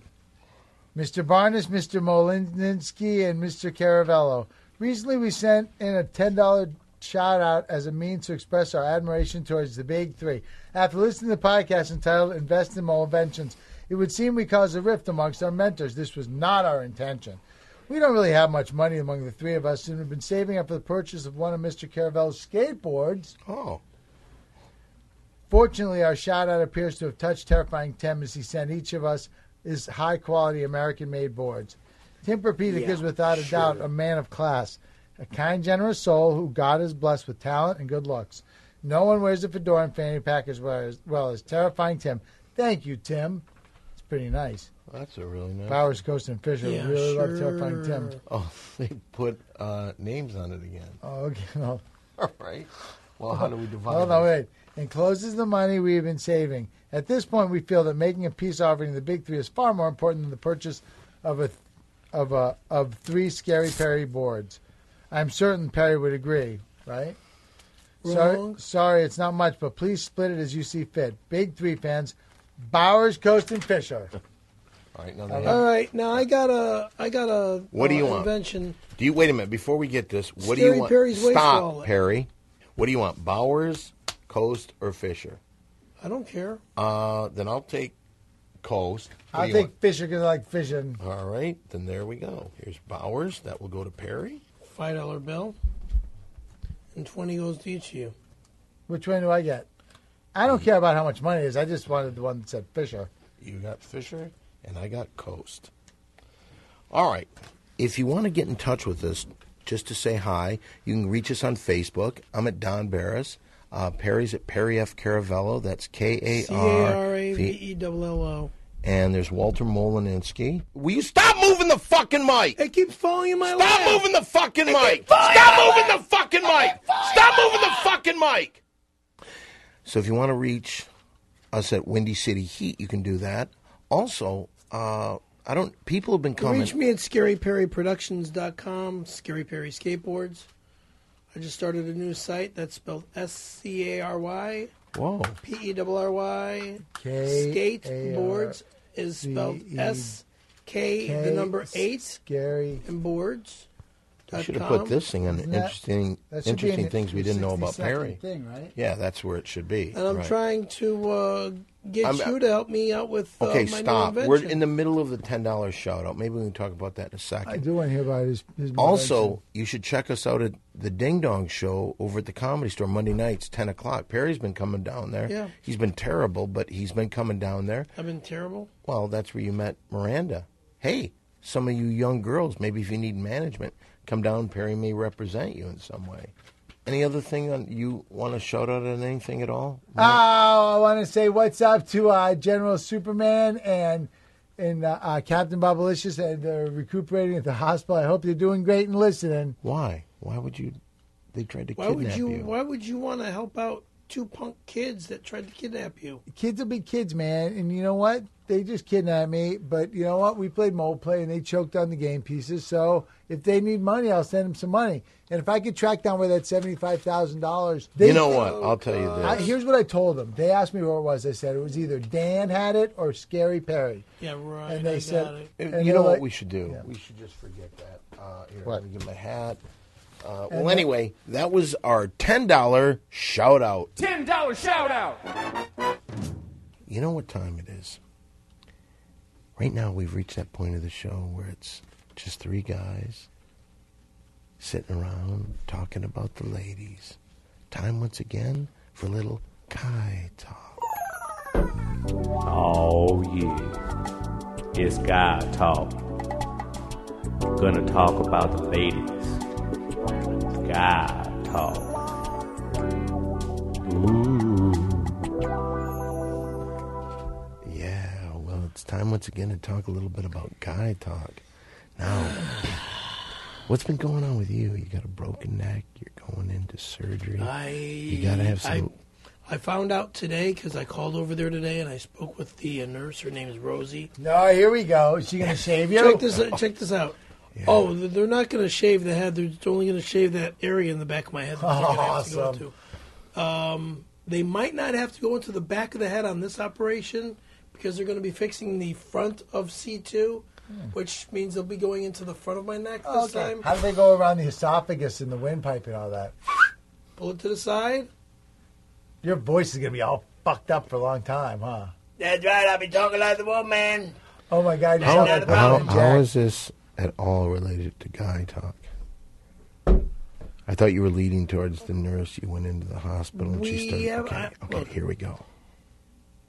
C: Mr. Barnes, Mr. Molinsky, and Mr. Caravello. Recently, we sent in a $10 shout out as a means to express our admiration towards the big three. After listening to the podcast entitled Invest in Mole Inventions, it would seem we caused a rift amongst our mentors. This was not our intention. We don't really have much money among the three of us, and we've been saving up for the purchase of one of Mr. Caravello's skateboards.
B: Oh.
C: Fortunately, our shout out appears to have touched terrifying Tim as he sent each of us his high quality American made boards. Tim Perpetic
A: Yeah,
C: is without a
A: sure.
C: doubt a man of class, a kind, generous soul who God has blessed with talent and good looks. No one wears a fedora and fanny pack as well as, well as terrifying Tim. Thank you, Tim. It's pretty nice.
B: That's a really nice.
C: Bowers, Coast, and Fisher
A: Yeah,
C: really love
A: sure.
C: terrifying Tim.
B: Oh, they put uh, names on it again.
C: Oh, okay. Well,
B: All right. Well, how do we divide?
C: Hold
B: this?
C: on, Oh, wait. Encloses the money we have been saving. At this point, we feel that making a peace offering to the big three is far more important than the purchase of a of a of three scary Perry boards. I'm certain Perry would agree, right? Sorry,
A: Wrong.
C: sorry, it's not much, but please split it as you see fit. Big three fans, Bowers, Coast, and Fisher.
B: All right. Now they
C: Oh,
A: All
B: have,
A: right, now I got a, I got a.
B: What do you
A: uh,
B: want?
A: Invention.
B: do you wait a minute before we get this? What do
A: Scary
B: you want?
A: Perry's waste
B: Stop,
A: wallet.
B: Perry. What do you want? Bowers, Coast, or Fisher?
A: I don't care.
B: Uh, then I'll take Coast. What
C: I'll
B: do you
C: take Fisher because I like fishing.
B: want? All right. Then there we go. Here's Bowers. That will go to Perry.
A: Five dollar bill. And twenty goes to each of you.
C: Which one do I get? I don't care about how much money it is. I just wanted the one that said Fisher.
B: You got Fisher, and I got Coast. All right. If you want to get in touch with us, just to say hi, you can reach us on Facebook. I'm at Don Barris. Uh, Perry's at Perry F. Caravello. That's K A
A: C A
B: R
A: R A V
B: V.
A: E double L O.
B: And there's Walter Molininski. Will you stop moving the fucking mic?
A: It keeps falling in my lap.
B: Stop moving the fucking mic! Stop moving the fucking mic! Stop moving the fucking mic! So if you want to reach us at Windy City Heat, you can do that. Also, uh, I don't. People have been coming.
A: Reach me at scaryperryproductions.com, Scary Perry Skateboards. I just started a new site that's spelled S C A R Y
B: Whoa!
A: P E R R Y.
C: K A R
A: Skateboards is spelled
C: C E
A: S K, the
C: K
A: number 8,
C: Scary.
A: and boards.
B: I should have put this thing on the
C: Isn't that-
B: interesting,
C: That should be
B: interesting
C: an-
B: things we didn't know about
C: 60
B: Perry.
C: second Thing, right?
B: Yeah, that's where it should be.
A: And I'm
B: Right.
A: trying to uh, get
B: I'm-
A: you to help me out with uh,
B: Okay,
A: my
B: stop.
A: new
B: We're
A: invention.
B: in the middle of the ten dollars shout out. Maybe we can talk about that in a second.
C: I do want to hear about his. his
B: Also, you should check us out at the Ding Dong Show over at the Comedy Store Monday nights, ten o'clock. Perry's been coming down there.
A: Yeah.
B: He's been terrible, but he's been coming down there.
A: I've been terrible.
B: Well, that's where you met Miranda. Hey, some of you young girls, maybe if you need management, come down. Perry may represent you in some way. Any other thing on you want to shout out on anything at all?
A: Uh,
C: motivation. Oh, I want to say what's up to uh, General Superman and and uh, uh, Captain Bobalicious, and they're recuperating at the hospital. I hope they're doing great and listening.
B: Why? Why would you? They tried to
A: Why
B: kidnap
A: would you,
B: you.
A: Why would you want to help out two punk kids that tried to kidnap you?
C: Kids will be kids, man. And you know what? They just kidnapped me. But you know what? We played mole play, and they choked on the game pieces. So if they need money, I'll send them some money. And if I could track down where that seventy five thousand dollars,
B: You know what? I'll tell
A: Uh,
B: you
C: I,
B: this.
C: here's what I told them. They asked me where it was. I said it was either Dan had it or Scary Perry.
A: Yeah, right.
C: And they
A: I got
C: said-
A: it.
B: And
C: And
B: you
C: they're
B: know what
C: like-
B: we should do?
C: Yeah.
B: We should just forget that. Uh, here, let
C: What?
B: me get my hat. Uh,
C: And
B: well,
C: that-
B: anyway, that was our ten dollar shout out.
E: $10 shout out.
B: You know what time it is? Right now, we've reached that point of the show where it's just three guys sitting around talking about the ladies. Time once again for little Kai talk.
F: Oh yeah, it's guy talk. Gonna talk about the ladies. Guy talk. Ooh.
B: Yeah, well, it's time once again to talk a little bit about guy talk. Now, What's been going on with you? You got a broken neck. You're going into surgery.
A: I
B: you gotta have some.
A: I, I found out today because I called over there today and I spoke with the uh, nurse. Her name is Rosie.
C: No, here we go. Is she going to shave you?
A: Check this. out- Check this out. Oh, th- they're not going to shave the head. They're just only going to shave that area in the back of my head. That they're gonna have to go
C: Awesome.
A: into. Um, they might not have to go into the back of the head on this operation because they're going to be fixing the front of C two, which means they'll be going into the front of my neck this
C: Hmm. Okay.
A: time.
C: How do they go around the esophagus and the windpipe and all that?
A: Pull it to the side.
C: Your voice is going to be all fucked up for a long time, huh?
A: That's right. I'll be talking like the woman. man.
C: Oh my God! You
A: How-
C: sound
A: how-
C: like
B: How,
C: Brandon Jack.
B: how is this at all related to guy talk? I thought you were leading towards the nurse. You went into the hospital and
A: We
B: she started.
A: have-
B: okay,
A: I-
B: okay,
A: look.
B: here we go.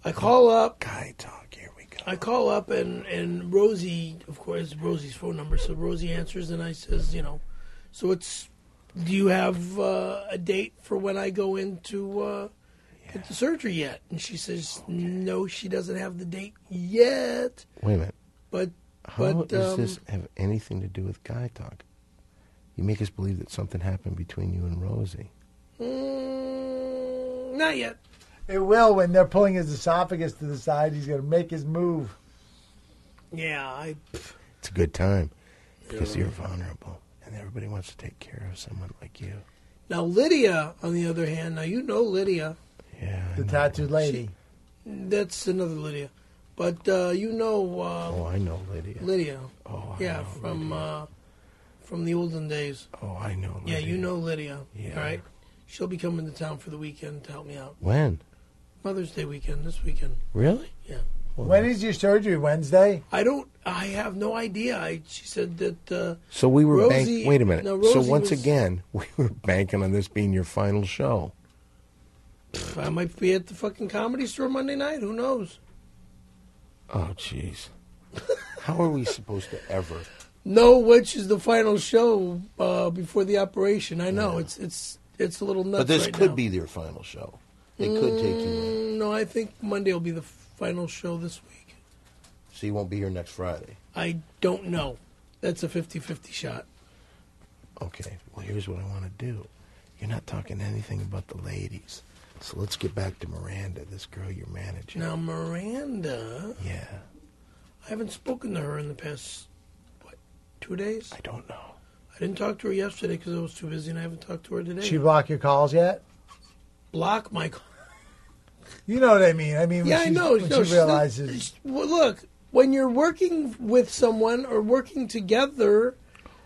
A: I call up.
B: Guy talk. Here we go.
A: I call up and and Rosie, of course, Rosie's phone number. So Rosie answers, and I says, you know, so it's, do you have uh, a date for when I go into uh, get the surgery yet? And she says, no, she doesn't have the date yet.
B: Wait a minute.
A: But
B: How
A: but
B: does
A: um,
B: this have anything to do with guy talk? You make us believe that something happened between you and Rosie.
A: mm, not yet.
C: It will when they're pulling his esophagus to the side. He's going to make his move.
A: Yeah, I
B: It's a good time because you're vulnerable and everybody wants to take care of someone like you.
A: now Lydia, on the other hand, now you know Lydia.
B: Yeah. I
C: The
A: Mm.
B: know.
C: tattooed lady.
A: That's another Lydia, but uh, you know. Uh,
B: Oh, I know Lydia.
A: Lydia.
B: Oh, I
A: yeah,
B: know
A: from uh, from the olden days.
B: Oh, I know
A: Yeah,
B: Lydia.
A: you know Lydia.
B: Yeah.
A: All right. She'll be coming to town for the weekend to help me out.
B: When?
A: Mother's Day weekend, this weekend.
B: Really?
A: Yeah.
C: When is your surgery? Wednesday?
A: I don't. I have no idea. I, she said that. Uh,
B: So we were
A: Rosie-
B: bank- Wait a minute.
A: no,
B: so
A: Rosie
B: once
A: was-
B: again, we were banking on this being your final show.
A: pff, I might be at the fucking comedy store Monday night. Who knows?
B: Oh, jeez. How are we supposed to ever?
A: No, which is the final show uh, before the operation. I know it's it's it's a little nuts.
B: But this
A: right
B: could
A: now.
B: be their final show. They could take you. In.
A: Mm, No, I think Monday will be the final show this week.
B: So you won't be here next Friday.
A: I don't know. That's a 50-50 shot.
B: Okay. Well, here's what I want to do. You're not talking anything about the ladies. So let's get back to Miranda, this girl you're managing.
A: Now, Miranda,
B: Yeah.
A: I haven't spoken to her in the past, what, two days?
B: I don't know.
A: I didn't talk to her yesterday because I was too busy and I haven't talked to her today.
C: She block your calls yet?
A: blocked my call.
C: You know what I mean? I mean, when
A: Yeah,
C: she,
A: I know.
C: When
A: No,
C: she
A: she's not-
C: realizes
A: she- well, look, when you're working with someone or working together,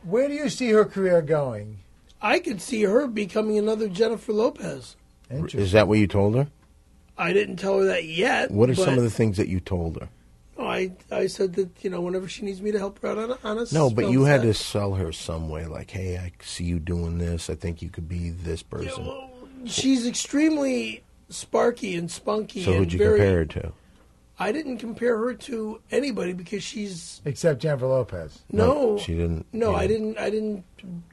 C: Where do you see her career going?
A: I could see her becoming another Jennifer Lopez.
C: Interesting.
B: Is that what you told her?
A: I didn't tell her that yet.
B: What are some
A: but-
B: of the things that you told her?
A: Oh, I I said that you know whenever she needs me to help her out on a, on a
B: No, but
A: film
B: you had
A: set.
B: to sell her some way. Like, hey, I see you doing this. I think you could be this person.
A: Well, She's extremely sparky and spunky.
B: so
A: and
B: who'd you
A: very,
B: compare her to?
A: I didn't compare her to anybody because she's
C: Except Jennifer Lopez.
A: no,
B: No, she didn't-
A: No,
B: you
A: I
B: didn't.
A: didn't. I didn't.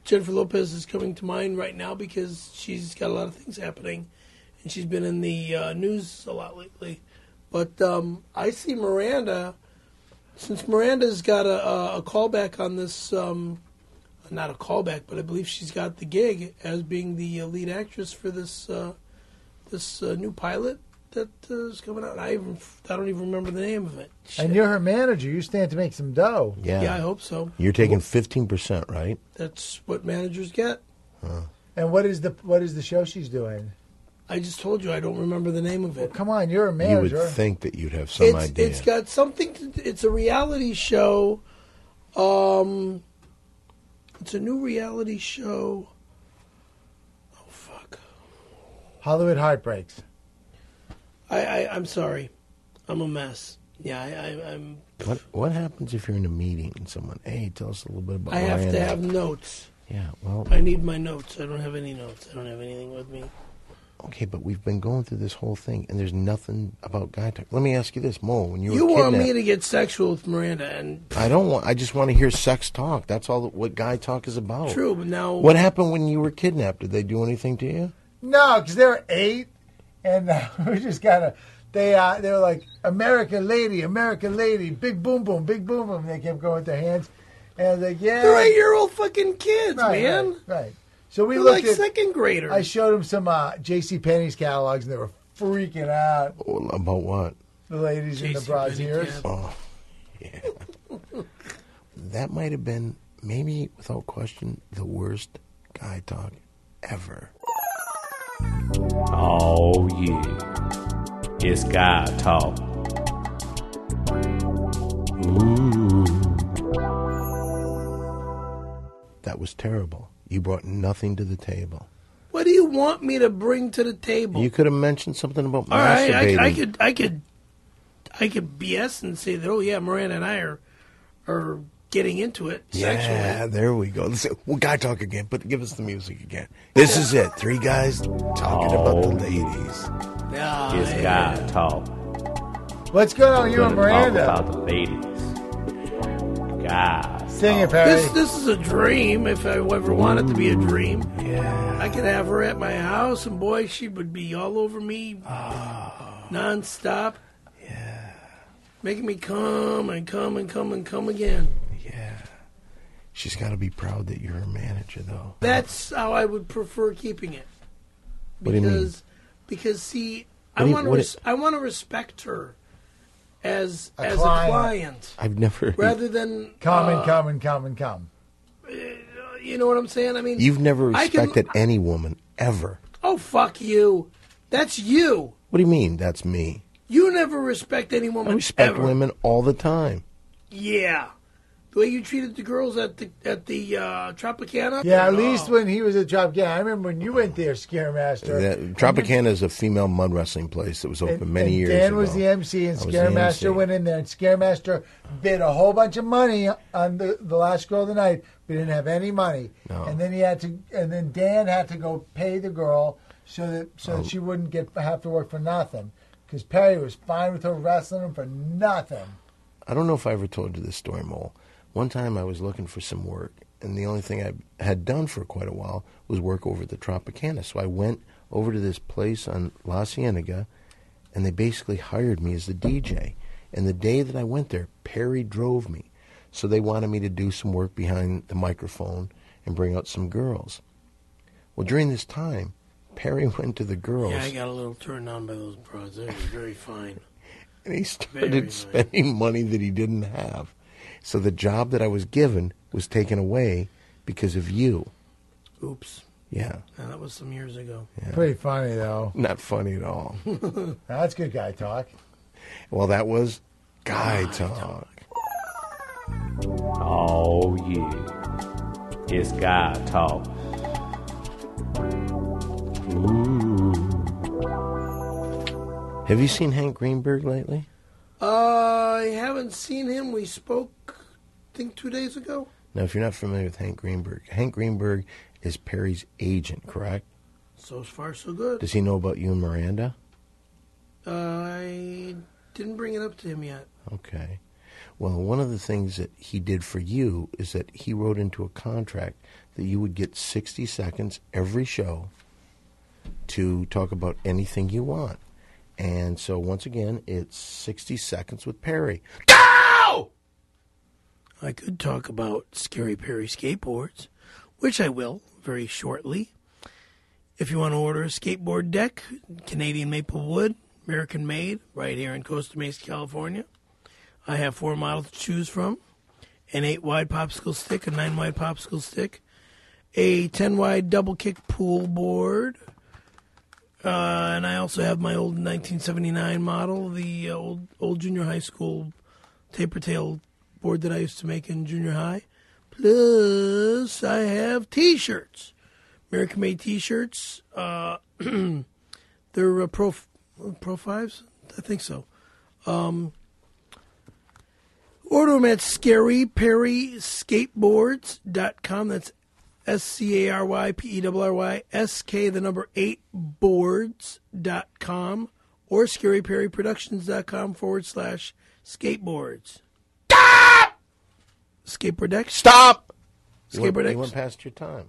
A: Jennifer Lopez is coming to mind right now because she's got a lot of things happening, and she's been in the uh, news a lot lately. But um, I see Miranda, since Miranda's got a, a, a callback on this, um, not a callback, but I believe she's got the gig as being the uh, lead actress for this uh, this uh, new pilot that uh, is coming out. I even I don't even remember the name of it.
C: And you're her manager. You stand to make some dough.
B: Yeah.
A: yeah, I hope so.
B: You're taking fifteen percent, right?
A: That's what managers get.
C: And what is the what is the show she's doing?
A: I just told you I don't remember the name of it.
C: Come on, you're a
B: You
C: manager.
B: would think that you'd have some
A: It's
B: idea.
A: it's got something. To, it's a reality show. Um, it's a new reality show. Oh fuck!
C: Hollywood Heartbreaks.
A: I, I I'm sorry. I'm a mess. Yeah, I, I I'm.
B: what What happens if you're in a meeting and someone, hey, tell us a little bit about?
A: I have to
B: Miranda."
A: have notes.
B: Yeah. Well,
A: I need my notes. I don't have any notes. I don't have anything with me.
B: okay, but we've been going through this whole thing, and there's nothing about guy talk. Let me ask you this, Mo. When you,
A: You
B: were
A: want
B: kidnapped,
A: me to get sexual with Miranda, and
B: I don't want. I just want to hear sex talk. That's all. that- What guy talk is about.
A: true, but now
B: What happened when you were kidnapped? Did they do anything to you?
C: No, because they're eight, and uh, we just kind of they uh, they were like American lady, American lady, big boom boom, big boom boom. They kept going with their hands, And I was like, yeah.
A: They're eight year old fucking kids,
C: right,
A: man.
C: right, right. So we
A: They're like
C: looked at.
A: second graders.
C: I showed him some uh, J.C. Penney's catalogs, and they were freaking out.
B: Well, about what?
C: The ladies in the brasiers.
A: yeah.
B: Oh, yeah. that might have been, maybe without question, the worst guy talk ever.
F: Oh yeah, it's guy talk. Ooh,
B: That was terrible. You brought nothing to the table.
A: What do you want me to bring to the table?
B: You could have mentioned something about
A: All right,
B: masturbating.
A: I, I could, I could, I could BS and say that. Oh yeah, Miranda and I are are getting into it
B: Yeah,
A: sexually.
B: there we go. Let's, well, guy talk again, but give us the music again. This is it. Three guys talking about the ladies.
A: Ah,
F: it's
A: yeah.
F: guy talk.
C: What's good on you
F: Gonna
C: and Miranda?
F: Talk about the ladies. Guy
C: Sing it,
F: talk.
C: Perry.
A: This this is a dream. If I ever want it to be a dream, yeah, I could have her at my house, and boy, she would be all over me, nonstop. Yeah, making me come and come and come and come again.
B: Yeah. She's got to be proud that you're her manager, though.
A: That's how I would prefer keeping it. Because,
B: What do you mean?
A: Because see, I
B: What do you-
A: want to
B: what
A: res-
B: do-
A: I want to respect her as
C: A
A: as
C: client.
A: a client
B: I've never.
A: rather than
C: Come
A: uh,
C: and come and come and come.
A: You know what I'm saying? I mean,
B: You've never
A: I can-
B: respected any woman ever.
A: Oh fuck you! That's you.
B: What do you mean? That's me.
A: You never respect any woman
B: I respect
A: ever.
B: women all the time.
A: Yeah. The way you treated the girls at the at the uh, Tropicana.
C: Yeah, at
A: Oh.
C: least when he was a job. Yeah, I remember when you went there, Scare Master.
B: That, Tropicana is a female mud wrestling place that was open
C: And-
B: many
C: and
B: years
C: Dan
B: ago.
C: was the MC, and
B: I was
C: Scare
B: the
C: Master
B: MC.
C: went in there, and Scare Master bid a whole bunch of money on the, the last girl of the night, but didn't have any money.
B: No.
C: And then he had to, and then Dan had to go pay the girl so that so
B: Oh.
C: that she wouldn't get have to work for nothing, because Perry was fine with her wrestling him for nothing.
B: I don't know if I ever told you this story, Mole. One time I was looking for some work, and the only thing I had done for quite a while was work over at the Tropicana. So I went over to this place on La Cienega, and they basically hired me as the DJ. And the day that I went there, Perry drove me. So they wanted me to do some work behind the microphone and bring out some girls. Well, during this time, Perry went to the girls
A: Yeah, I got a little turned on by those bras. They were very fine.
B: and
A: Very
B: he started
A: nice.
B: spending money that he didn't have. So the job that I was given was taken away because of you.
A: Oops.
B: Yeah,
A: Now, that was some years ago.
C: Pretty funny though.
B: not funny at all.
C: Now, that's good guy talk.
B: well, that was guy talk.
F: Oh yeah, it's guy talk. Ooh,
B: Have you seen Hank Greenberg lately?
A: Uh, I haven't seen him. We spoke, I think, two days ago.
B: Now, if you're not familiar with Hank Greenberg, Hank Greenberg is Perry's agent, correct?
A: So far, so good.
B: Does he know about you and Miranda?
A: Uh, I didn't bring it up to him yet.
B: Okay. Well, one of the things that he did for you is that he wrote into a contract that you would get 60 seconds every show to talk about anything you want. And so, once again, it's 60 seconds with Perry.
A: I could talk about Scary Perry skateboards, which I will very shortly. If you want to order a skateboard deck, Canadian maple wood, American made, right here in Costa Mesa, California. I have four models to choose from an 8 wide popsicle stick, a 9 wide popsicle stick, a 10 wide double kick pool board. Uh, and I also have my old 1979 model, the uh, old old junior high school taper tail board that I used to make in junior high. Plus, I have T-shirts, American made T-shirts. Uh, they're uh, pro pro fives, I think so. Um, order them at scaryperryskateboards.com. That's S C A R Y P E R R Y S K the number eight boards.com or scaryperryproductions.com forward slash skateboards. Skateboard deck?
B: Stop! You
A: Skateboard
B: went,
A: X.
B: you went past your time.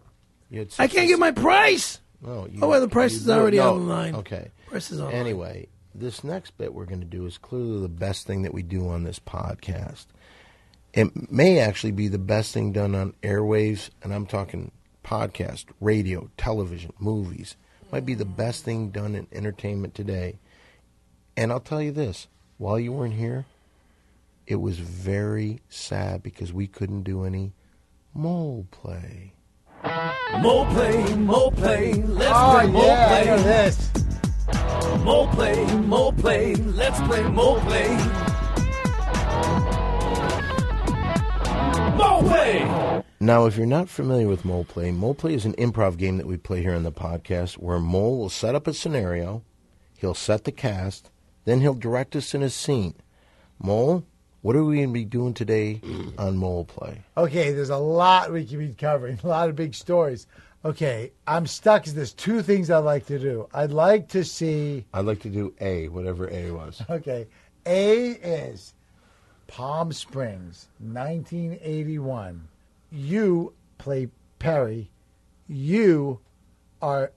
B: You had
A: I can't get my price.
B: No, you,
A: Oh, well, the price
B: you
A: is
B: do-
A: already
B: no,
A: online.
B: Okay.
A: Price is online.
B: Anyway, this next bit we're going to do is clearly the best thing that we do on this podcast. It may actually be the best thing done on airwaves, and I'm talking podcast, radio, television, movies. Might be the best thing done in entertainment today. And I'll tell you this while you weren't here, it was very sad because we couldn't do any mole play.
E: Mo play, mo play, let's
C: Oh
E: play mo
C: yeah, I know
E: play.
C: this.
E: Mo play, mo play, let's play mo play. Mo play.
B: Now, if you're not familiar with Mole Play, Mole Play is an improv game that we play here on the podcast where Mole will set up a scenario, he'll set the cast, then he'll direct us in a scene. Mole, what are we going to be doing today on Mole Play?
C: Okay, there's a lot we could be covering, a lot of big stories. Okay, I'm stuck. 'cause There's two things I'd like to do. I'd like to see.
B: I'd like to do A, whatever A was.
C: Okay, A is Palm Springs, 1981. You play Perry. You are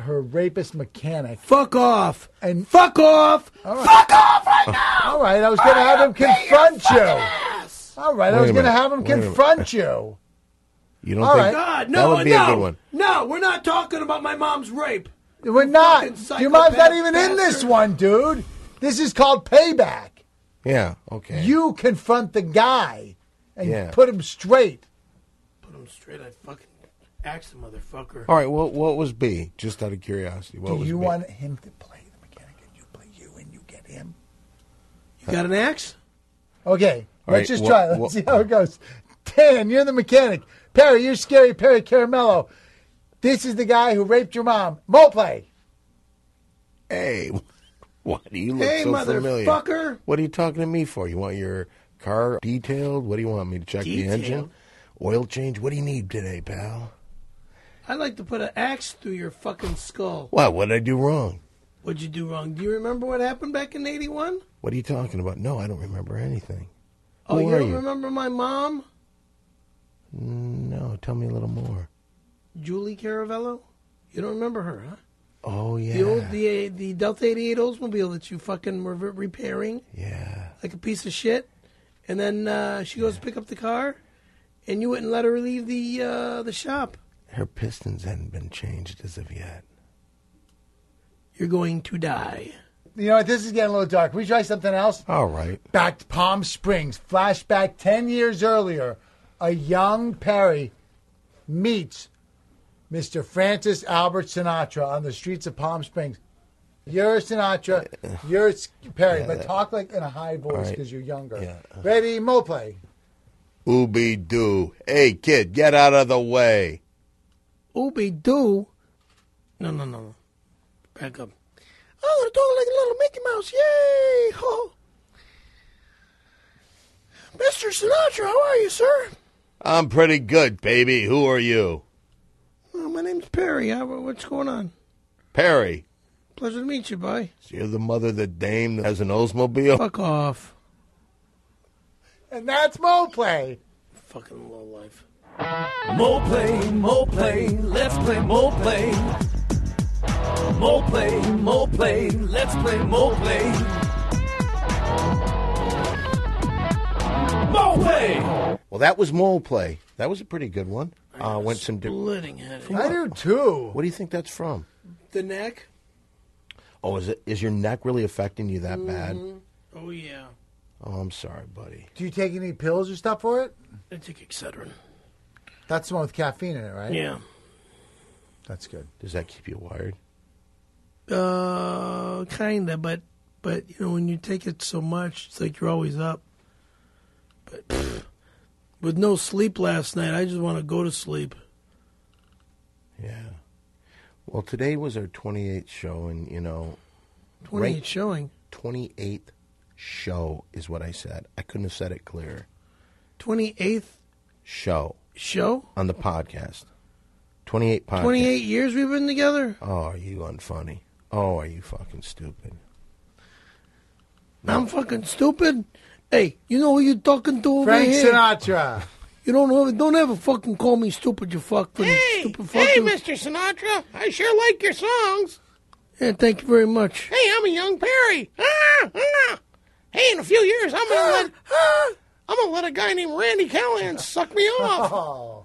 C: her rapist mechanic.
A: Fuck off.
C: And-
A: fuck off. Fuck off right now.
C: All right, I was going to have him confront you. All right, I
B: Wait
C: was
B: a
C: going
B: minute,
C: to have him
B: wait a minute.
C: confront you.
B: You don't
C: All
B: think
C: right.
A: God,
B: that
A: no,
B: would be
A: no,
B: a good one?
A: no. We're not talking about my mom's rape.
C: We're not.
A: fucking
C: Your mom's not
A: psychopath
C: even in this
A: bastard.
C: one, dude. This is called payback.
B: Yeah, okay.
C: You confront the guy and
B: Yeah.
C: put him straight.
A: Put him straight. I fucking axed the motherfucker.
B: All right, what what was B? Just out of curiosity, what
C: Do
B: was
C: you
B: B?
C: want him to play the mechanic and you play you and you get him?
A: You got an axe?
C: Okay,
B: All right,
C: let's just
B: wha-
C: try. Let's
B: wha-
C: see how it goes. Dan, you're the mechanic. Perry, you're scary. Perry Caramello. This is the guy who raped your mom. Mo play.
B: Hey, why do you look
A: Hey,
B: so familiar?
A: motherfucker.
B: What are you talking to me for? You want your car detailed? What do you want me to check the engine?
A: Detailed?
B: Oil change? What do you need today, pal?
A: I'd like to put an axe through your fucking skull.
B: What? What did I do wrong?
A: What'd you do wrong? Do you remember what happened back in 81?
B: What are you talking about? No, I don't remember anything.
A: Oh,
B: Who
A: you
B: are
A: don't
B: you?
A: remember my mom?
B: No, tell me a little more.
A: Julie Caravello? You don't remember her, huh?
B: Oh yeah,
A: The old the the Delta 88 Oldsmobile that you fucking were re- repairing
B: yeah.
A: like a piece of shit, and then uh, she goes to pick up the car, and you wouldn't let her leave the uh, the shop.
B: Her pistons hadn't been changed as of yet.
A: You're going to die.
C: You know what? This is getting a little dark. We try something else.
B: All right.
C: Back to Palm Springs. Flashback 10 years earlier. A young Perry meets Mr. Francis Albert Sinatra on the streets of Palm Springs. You're Sinatra. You're S- Perry. but talk like in a high voice
B: right.
C: because you're younger.
B: Yeah.
C: Ready? Mo play.
B: Ooby doo. Hey kid, get out of the way.
A: Ooby doo. No, no, no, no. Back up. I want to talk like a little Mickey Mouse. Yay! Ho! Mr. Sinatra, how are you, sir?
B: I'm pretty good, baby. Who are you?
A: Oh, my name's Perry. How, what's going on?
B: Perry.
A: Pleasure to meet you, boy.
B: So you're the mother of the dame that has an Oldsmobile?
A: Fuck off.
C: And that's Mo play.
A: Fucking low life.
E: Mo play, mo play, let's play mo play. Mo play, mo play, let's play mo play. Mo play.
B: Well, that was mole play. That was a pretty good one. Uh, went some. Di-
A: Splitting headache.
C: I do too.
B: what do you think that's from?
A: The neck?
B: Oh, is it? Is your neck really affecting you that bad?
A: Oh, yeah.
B: Oh, I'm sorry, buddy.
C: Do you take any pills or stuff for it?
A: I take Excedrin.
C: That's the one with caffeine in it, right?
A: Yeah.
C: That's good.
B: Does that keep you wired?
A: Uh, kinda, but but you know when you take it so much, it's like you're always up. But pfft, with no sleep last night, I just want to go to sleep.
B: Yeah. Well, today was our 28th show, and you know,
A: Twenty-eight
B: Right.
A: showing.
B: 28th show is what I said. I couldn't have said it clearer.
A: Twenty-eighth
B: Show
A: show.
B: on the podcast. 28 podcast.
A: Twenty-eight years we've been together.
B: Oh, are you unfunny? Oh, are you fucking stupid?
A: I'm fucking stupid. Hey, you know who you talking to over
C: Frank
A: here?
C: Sinatra.
A: You don't know. Don't ever fucking call me stupid. You fuck. Hey, stupid fuck hey, Mister Sinatra. I sure like your songs. Yeah, thank you very much. Hey, I'm a young Perry. Ah, ah. Hey, in a few years, I'm gonna let.
B: I'm gonna let a guy named Randy Callahan suck me off.
C: Oh,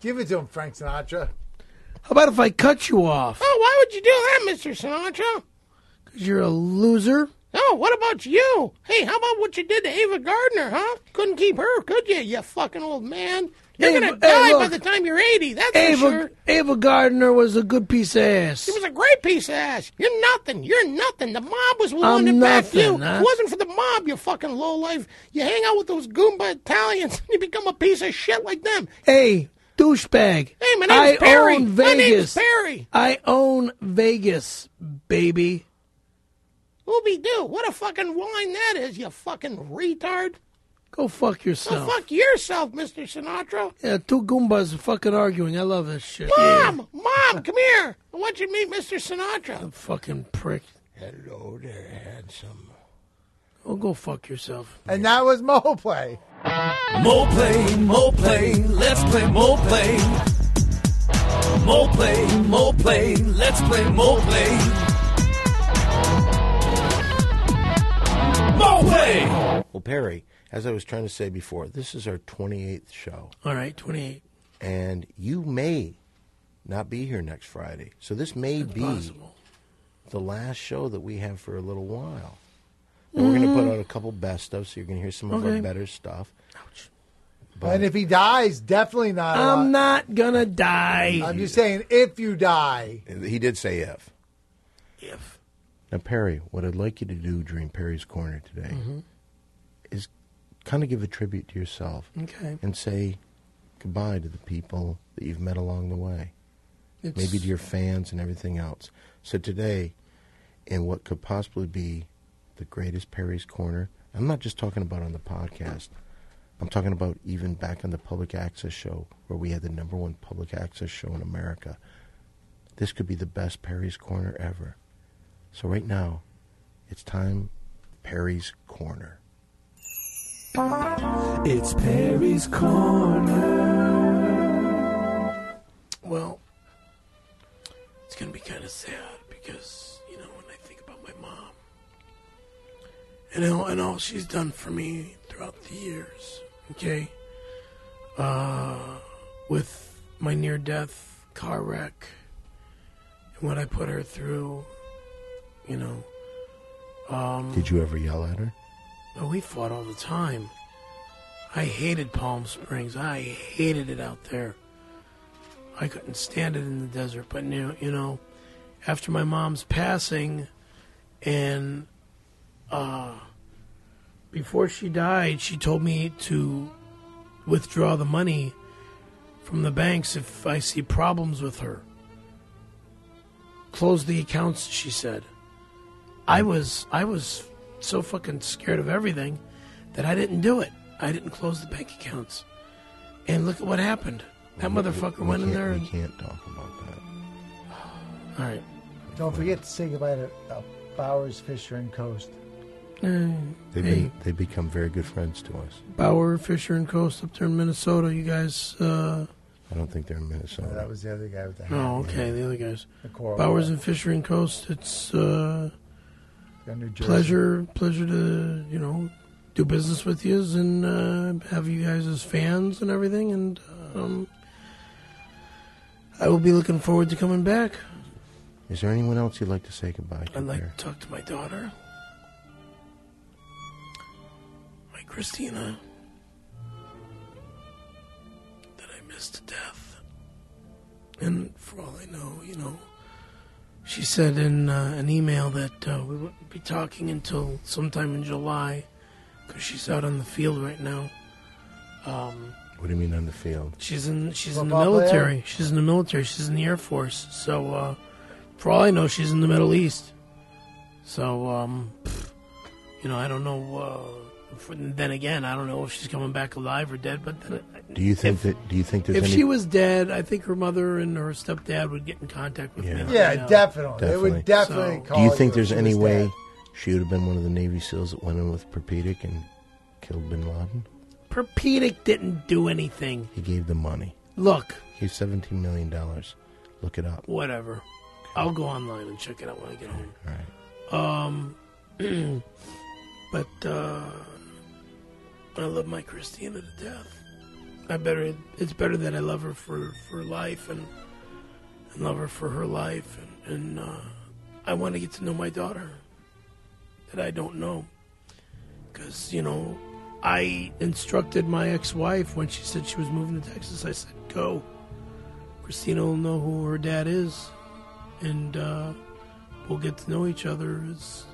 C: give it to him, Frank Sinatra.
A: How about if I cut you off?
B: Oh, why would you do that, Mr. Sinatra?
A: Because you're a loser.
B: Oh, what about you? Hey, how about what you did to Ava Gardner, huh? Couldn't keep her, could you, you fucking old man? You're
A: Ava-
B: gonna die
A: hey, look.
B: by the time you're 80, that's
A: Ava
B: for sure.
A: Ava Gardner was a good piece of ass.
B: It was a great piece of ass. You're nothing. You're nothing. The mob was the one that
A: I'm
B: backed you.
A: nothing, huh?
B: It wasn't for the mob, you fucking lowlife. You hang out with those Goomba Italians and you become a piece of shit like them.
A: Hey, douchebag.
B: Hey, my name's
A: I
B: Perry.
A: own
B: My name's
A: Vegas.
B: Perry.
A: I own Vegas, baby.
B: Ooby doo. What a fucking wine that is, you fucking retard.
A: Go fuck
B: Go
A: yourself.
B: fuck yourself, Mr. Sinatra.
A: Yeah, two Goombas are fucking arguing. I love this shit.
B: Mom, mom, come here. I want you to meet Mr. Sinatra.
A: Fucking prick.
B: Hello there, handsome.
A: Oh, go fuck yourself.
C: And that was Mole Play.
E: More play, more play, let's play more play. More play, more play, let's play more play. More play!
B: Well, Perry, as I was trying to say before, this is our 28th show.
A: All right, 28.
B: and you may not be here next Friday. So this may be
A: Possible.
B: the last show that we have for a little while. And we're going to put out a couple best of, so you're going to hear some of
A: Mm-hmm. Okay.
B: our better stuff.
C: And if he dies, definitely not.
A: I'm
C: alive.
A: not gonna
B: Uh,
A: die.
C: I'm just saying, if you die,
B: He did say if.
A: If.
B: Now, Perry, what I'd like you to do during Perry's Corner today
A: Mm-hmm.
B: is kind of give a tribute to yourself
A: Okay.
B: and say goodbye to the people that you've met along the way.
A: It's,
B: maybe to your fans and everything else. So today, in what could possibly be the greatest Perry's Corner, I'm not just talking about on the podcast. I'm talking about even back on the public access show where we had the number one public access show in America. This could be the best Perry's Corner ever. So right now, it's time Perry's Corner.
E: It's Perry's Corner.
A: Well, it's gonna be kind of sad because you know when I think about my mom and all, and all she's done for me throughout the years. Okay. Uh, with my near death car wreck and what I put her through, you know.
B: Did you ever yell at her?
A: Oh, we fought all the time. I hated Palm Springs. I hated it out there. I couldn't stand it in the desert. But now, you know, after my mom's passing, and uh, before she died, she told me to withdraw the money from the banks if I see problems with her. Close the accounts, she said. I was I was so fucking scared of everything that I didn't do it. I didn't close the bank accounts. And look at what happened. That motherfucker
B: We
A: went in
B: can't-
A: there.
B: We
A: And,
B: can't talk about that.
A: all right.
C: don't forget to say goodbye to uh, Bowers, Fisher, and Coast.
B: They've, been, they've become very good friends to us.
A: Bauer, Fisher, and Coast up there in Minnesota. You guys. Uh,
B: I don't think they're in Minnesota.
C: That was the other guy with the hat.
A: oh, okay. The other guys.
C: The coral.
A: Bowers and Fisher and Coast. It's uh,
C: The New Jersey.
A: pleasure, pleasure to you know do business with you and uh, have you guys as fans and everything. And um, I will be looking forward to coming back.
B: Is there anyone else you'd like to say goodbye to?
A: I'd like
B: Bear?
A: to talk to my daughter, my Christina, that I miss to death. And for all I know, you know, she said in uh, an email that uh, we wouldn't be talking until sometime in July because she's out on the field right now. Um,
B: What do you mean on the field?
A: She's in she's in the
C: Football player?
A: military. She's in the military. She's in the Air Force. So uh, for all I know, she's in the Middle East. So um, pff, you know, I don't know. Uh, for, then again, I don't know if she's coming back alive or dead. But then,
B: Do you think that? Do you think there's
A: if
B: any?
A: she was dead, I think her mother and her stepdad would get in contact with
B: Yeah.
A: me.
C: Yeah,
A: You know?
C: definitely. They
B: Definitely.
C: would definitely
A: So-
C: call
B: do you think
C: if
B: there's
C: she
B: any
C: was
B: way
C: dead.
B: she would have been one of the Navy SEALs that went in with Perpedic and killed Bin Laden?
A: Perpedic didn't do anything.
B: He gave the money.
A: Look,
B: He gave seventeen million dollars. Look it up. All
A: whatever. I'll go online and check it out when I get home.
B: right.
A: Um, But uh, I love my Christina to death. I better. It's better that I love her for for life and and love her for her life and and uh, I want to get to know my daughter that I don't know because you know I instructed my ex-wife when she said she was moving to Texas. I said go. Christina will know who her dad is, and uh, we'll get to know each other as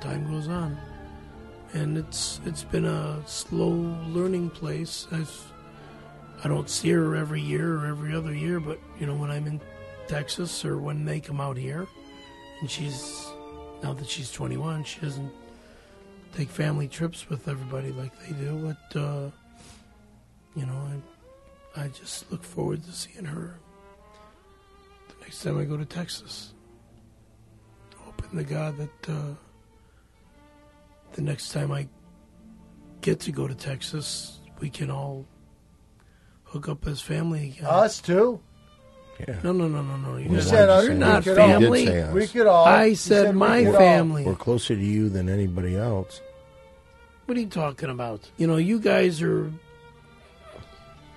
A: time goes on and it's it's been a slow learning place. I've, I don't see her every year or every other year, but you know when I'm in Texas or when they come out here, and she's now that she's 21, she doesn't take family trips with everybody like they do. But uh, you know, I I just look forward to seeing her the next time I go to Texas. Hoping to God that. Uh, the next time I get to go to Texas, we can all hook up as family again.
C: Us too.
A: no, no, no, no, no. You guys-
C: said
A: you're
C: we
A: not
C: could all-
A: family.
B: He did say us.
C: We could all.
A: I
C: you
A: said,
C: we
A: my
C: could all.
A: family.
B: We're closer to you than anybody else.
A: What are you talking about? You know, you guys are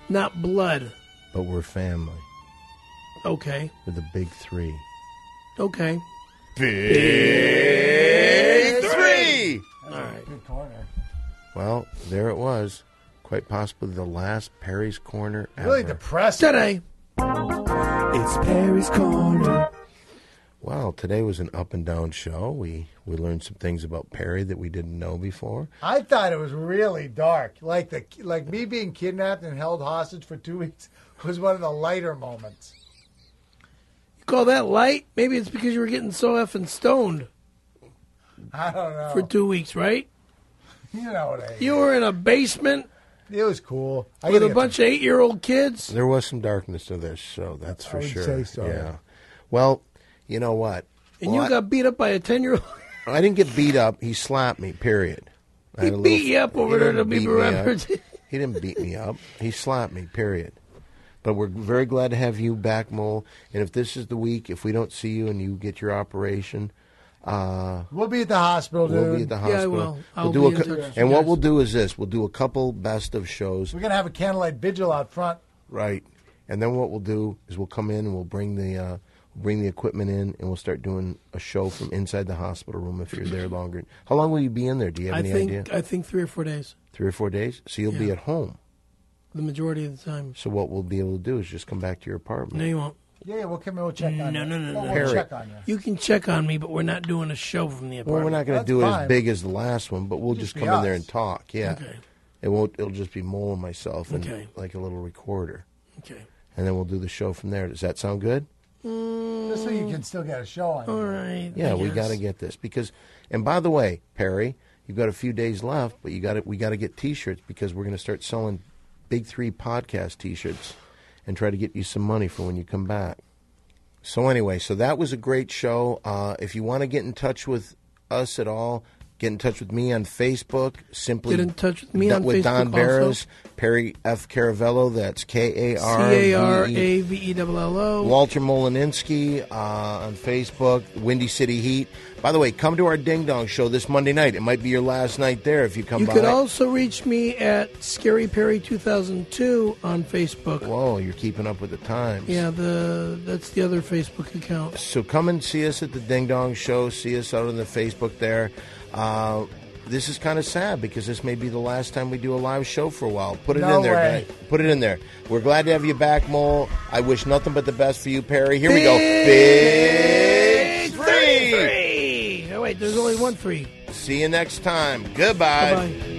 A: not blood.
B: but we're family.
A: Okay,
B: We're the big three.
A: okay.
B: Big three!
A: All right.
C: Good corner.
B: Well, there it was. Quite possibly the last Perry's Corner ever.
C: Really depressing.
A: Today,
E: It's Perry's Corner.
B: wow, today was an up and down show. We we learned some things about Perry that we didn't know before.
C: I thought it was really dark. Like the like me being kidnapped and held hostage for two weeks was one of the lighter moments.
A: you call that light? Maybe it's because you were getting so effing stoned
C: I don't know.
A: for two weeks, right?
C: you know what I mean?
A: You were in a basement
C: It was cool. I
A: with
C: gotta
A: a
C: get
A: bunch of eight-year-old kids.
B: There was some darkness to this show, that's for
C: would
B: sure.
C: say so.
B: Yeah. Well, you know what?
A: And
B: Well,
A: you
B: I-
A: got beat up by a 10-year-old.
B: I didn't get beat up. He slapped me. Period. I
A: He
B: had a
A: beat you up
B: he
A: over there
B: didn't
A: to be
B: beat me up.
A: remembered.
B: He didn't beat me up. He slapped me. Period. But we're very glad to have you back, Mole. And if this is the week, if we don't see you and you get your operation, uh,
C: We'll be at the hospital, dude.
B: we'll be at the
A: Uh, Yeah, I
B: hospital.
A: will.
B: We'll
A: I'll
B: do
A: be
B: a
A: in
B: cou-
A: touch with you
B: and what
A: guys.
B: we'll do is this: we'll do a couple best of shows,
C: We're gonna have a candlelight vigil out front.
B: right? And then what we'll do is we'll come in and we'll bring the uh, bring the equipment in and we'll start doing a show from inside the hospital room if you're there longer. How long will you be in there? Do you have
A: I
B: any
A: think
B: idea?
A: I think three or four days,
B: three or four days. So you'll be
A: Yeah.
B: at home.
A: the majority of the time.
B: So what we'll be able to do is just come back to your
A: No,
B: apartment.
A: you won't.
C: Yeah, yeah, we'll come in. We'll check on
A: No,
C: you.
A: no, no,
C: We'll
A: no.
B: Perry.
C: check on you.
A: You can check on me, but we're not doing a show from the
B: Well,
A: apartment.
B: we're not going to
C: That's
B: do it as
C: fine.
B: big as the last one, but we'll just
C: Just be
B: come in there
C: us.
B: and talk. Yeah,
A: Okay.
B: it won't. It'll just be Mole and myself, and
A: Okay.
B: like a little recorder,
A: Okay.
B: and then we'll do the show from there. Does that sound good?
C: Just so you can still get a show on.
A: All
C: you.
A: right.
B: Yeah,
A: I
B: we
A: guess.
B: got to get this because. And by the way, Perry, you've got a few days left, but you got to We got to get T-shirts because we're going to start selling Big Three podcast T-shirts, and try to get you some money for when you come back. So anyway, so that was a great show. Uh, if you want to get in touch with us at all, get in touch with me on Facebook. Simply
A: Get in touch with me
B: Don-
A: on
B: with
A: Facebook
B: Don
A: also.
B: Barrows, Perry F. Caravello. That's K A
A: C
B: R
A: A R
B: V E.
A: A V E double L O.
B: Walter Molininski uh, on Facebook, Windy City Heat. By the way, come to our Ding Dong show this Monday night. It might be your last night there if you come
A: You
B: by.
A: could also reach me at Scary Perry 2002 on Facebook.
B: Whoa, you're keeping up with the times.
A: Yeah, the that's the other Facebook account.
B: So come and see us at the Ding Dong Show. See us out on the Facebook there. Uh, this is kind of sad because this may be the last time we do a live show for a while. Put it
C: No
B: in there,
C: way.
B: guy. Put it in there. We're glad to have you back, Mole. I wish nothing but the best for you, Perry. Here we go. Big three.
A: Three. Oh wait, there's only one three.
B: See you next time.
A: Bye
B: Goodbye.
A: bye.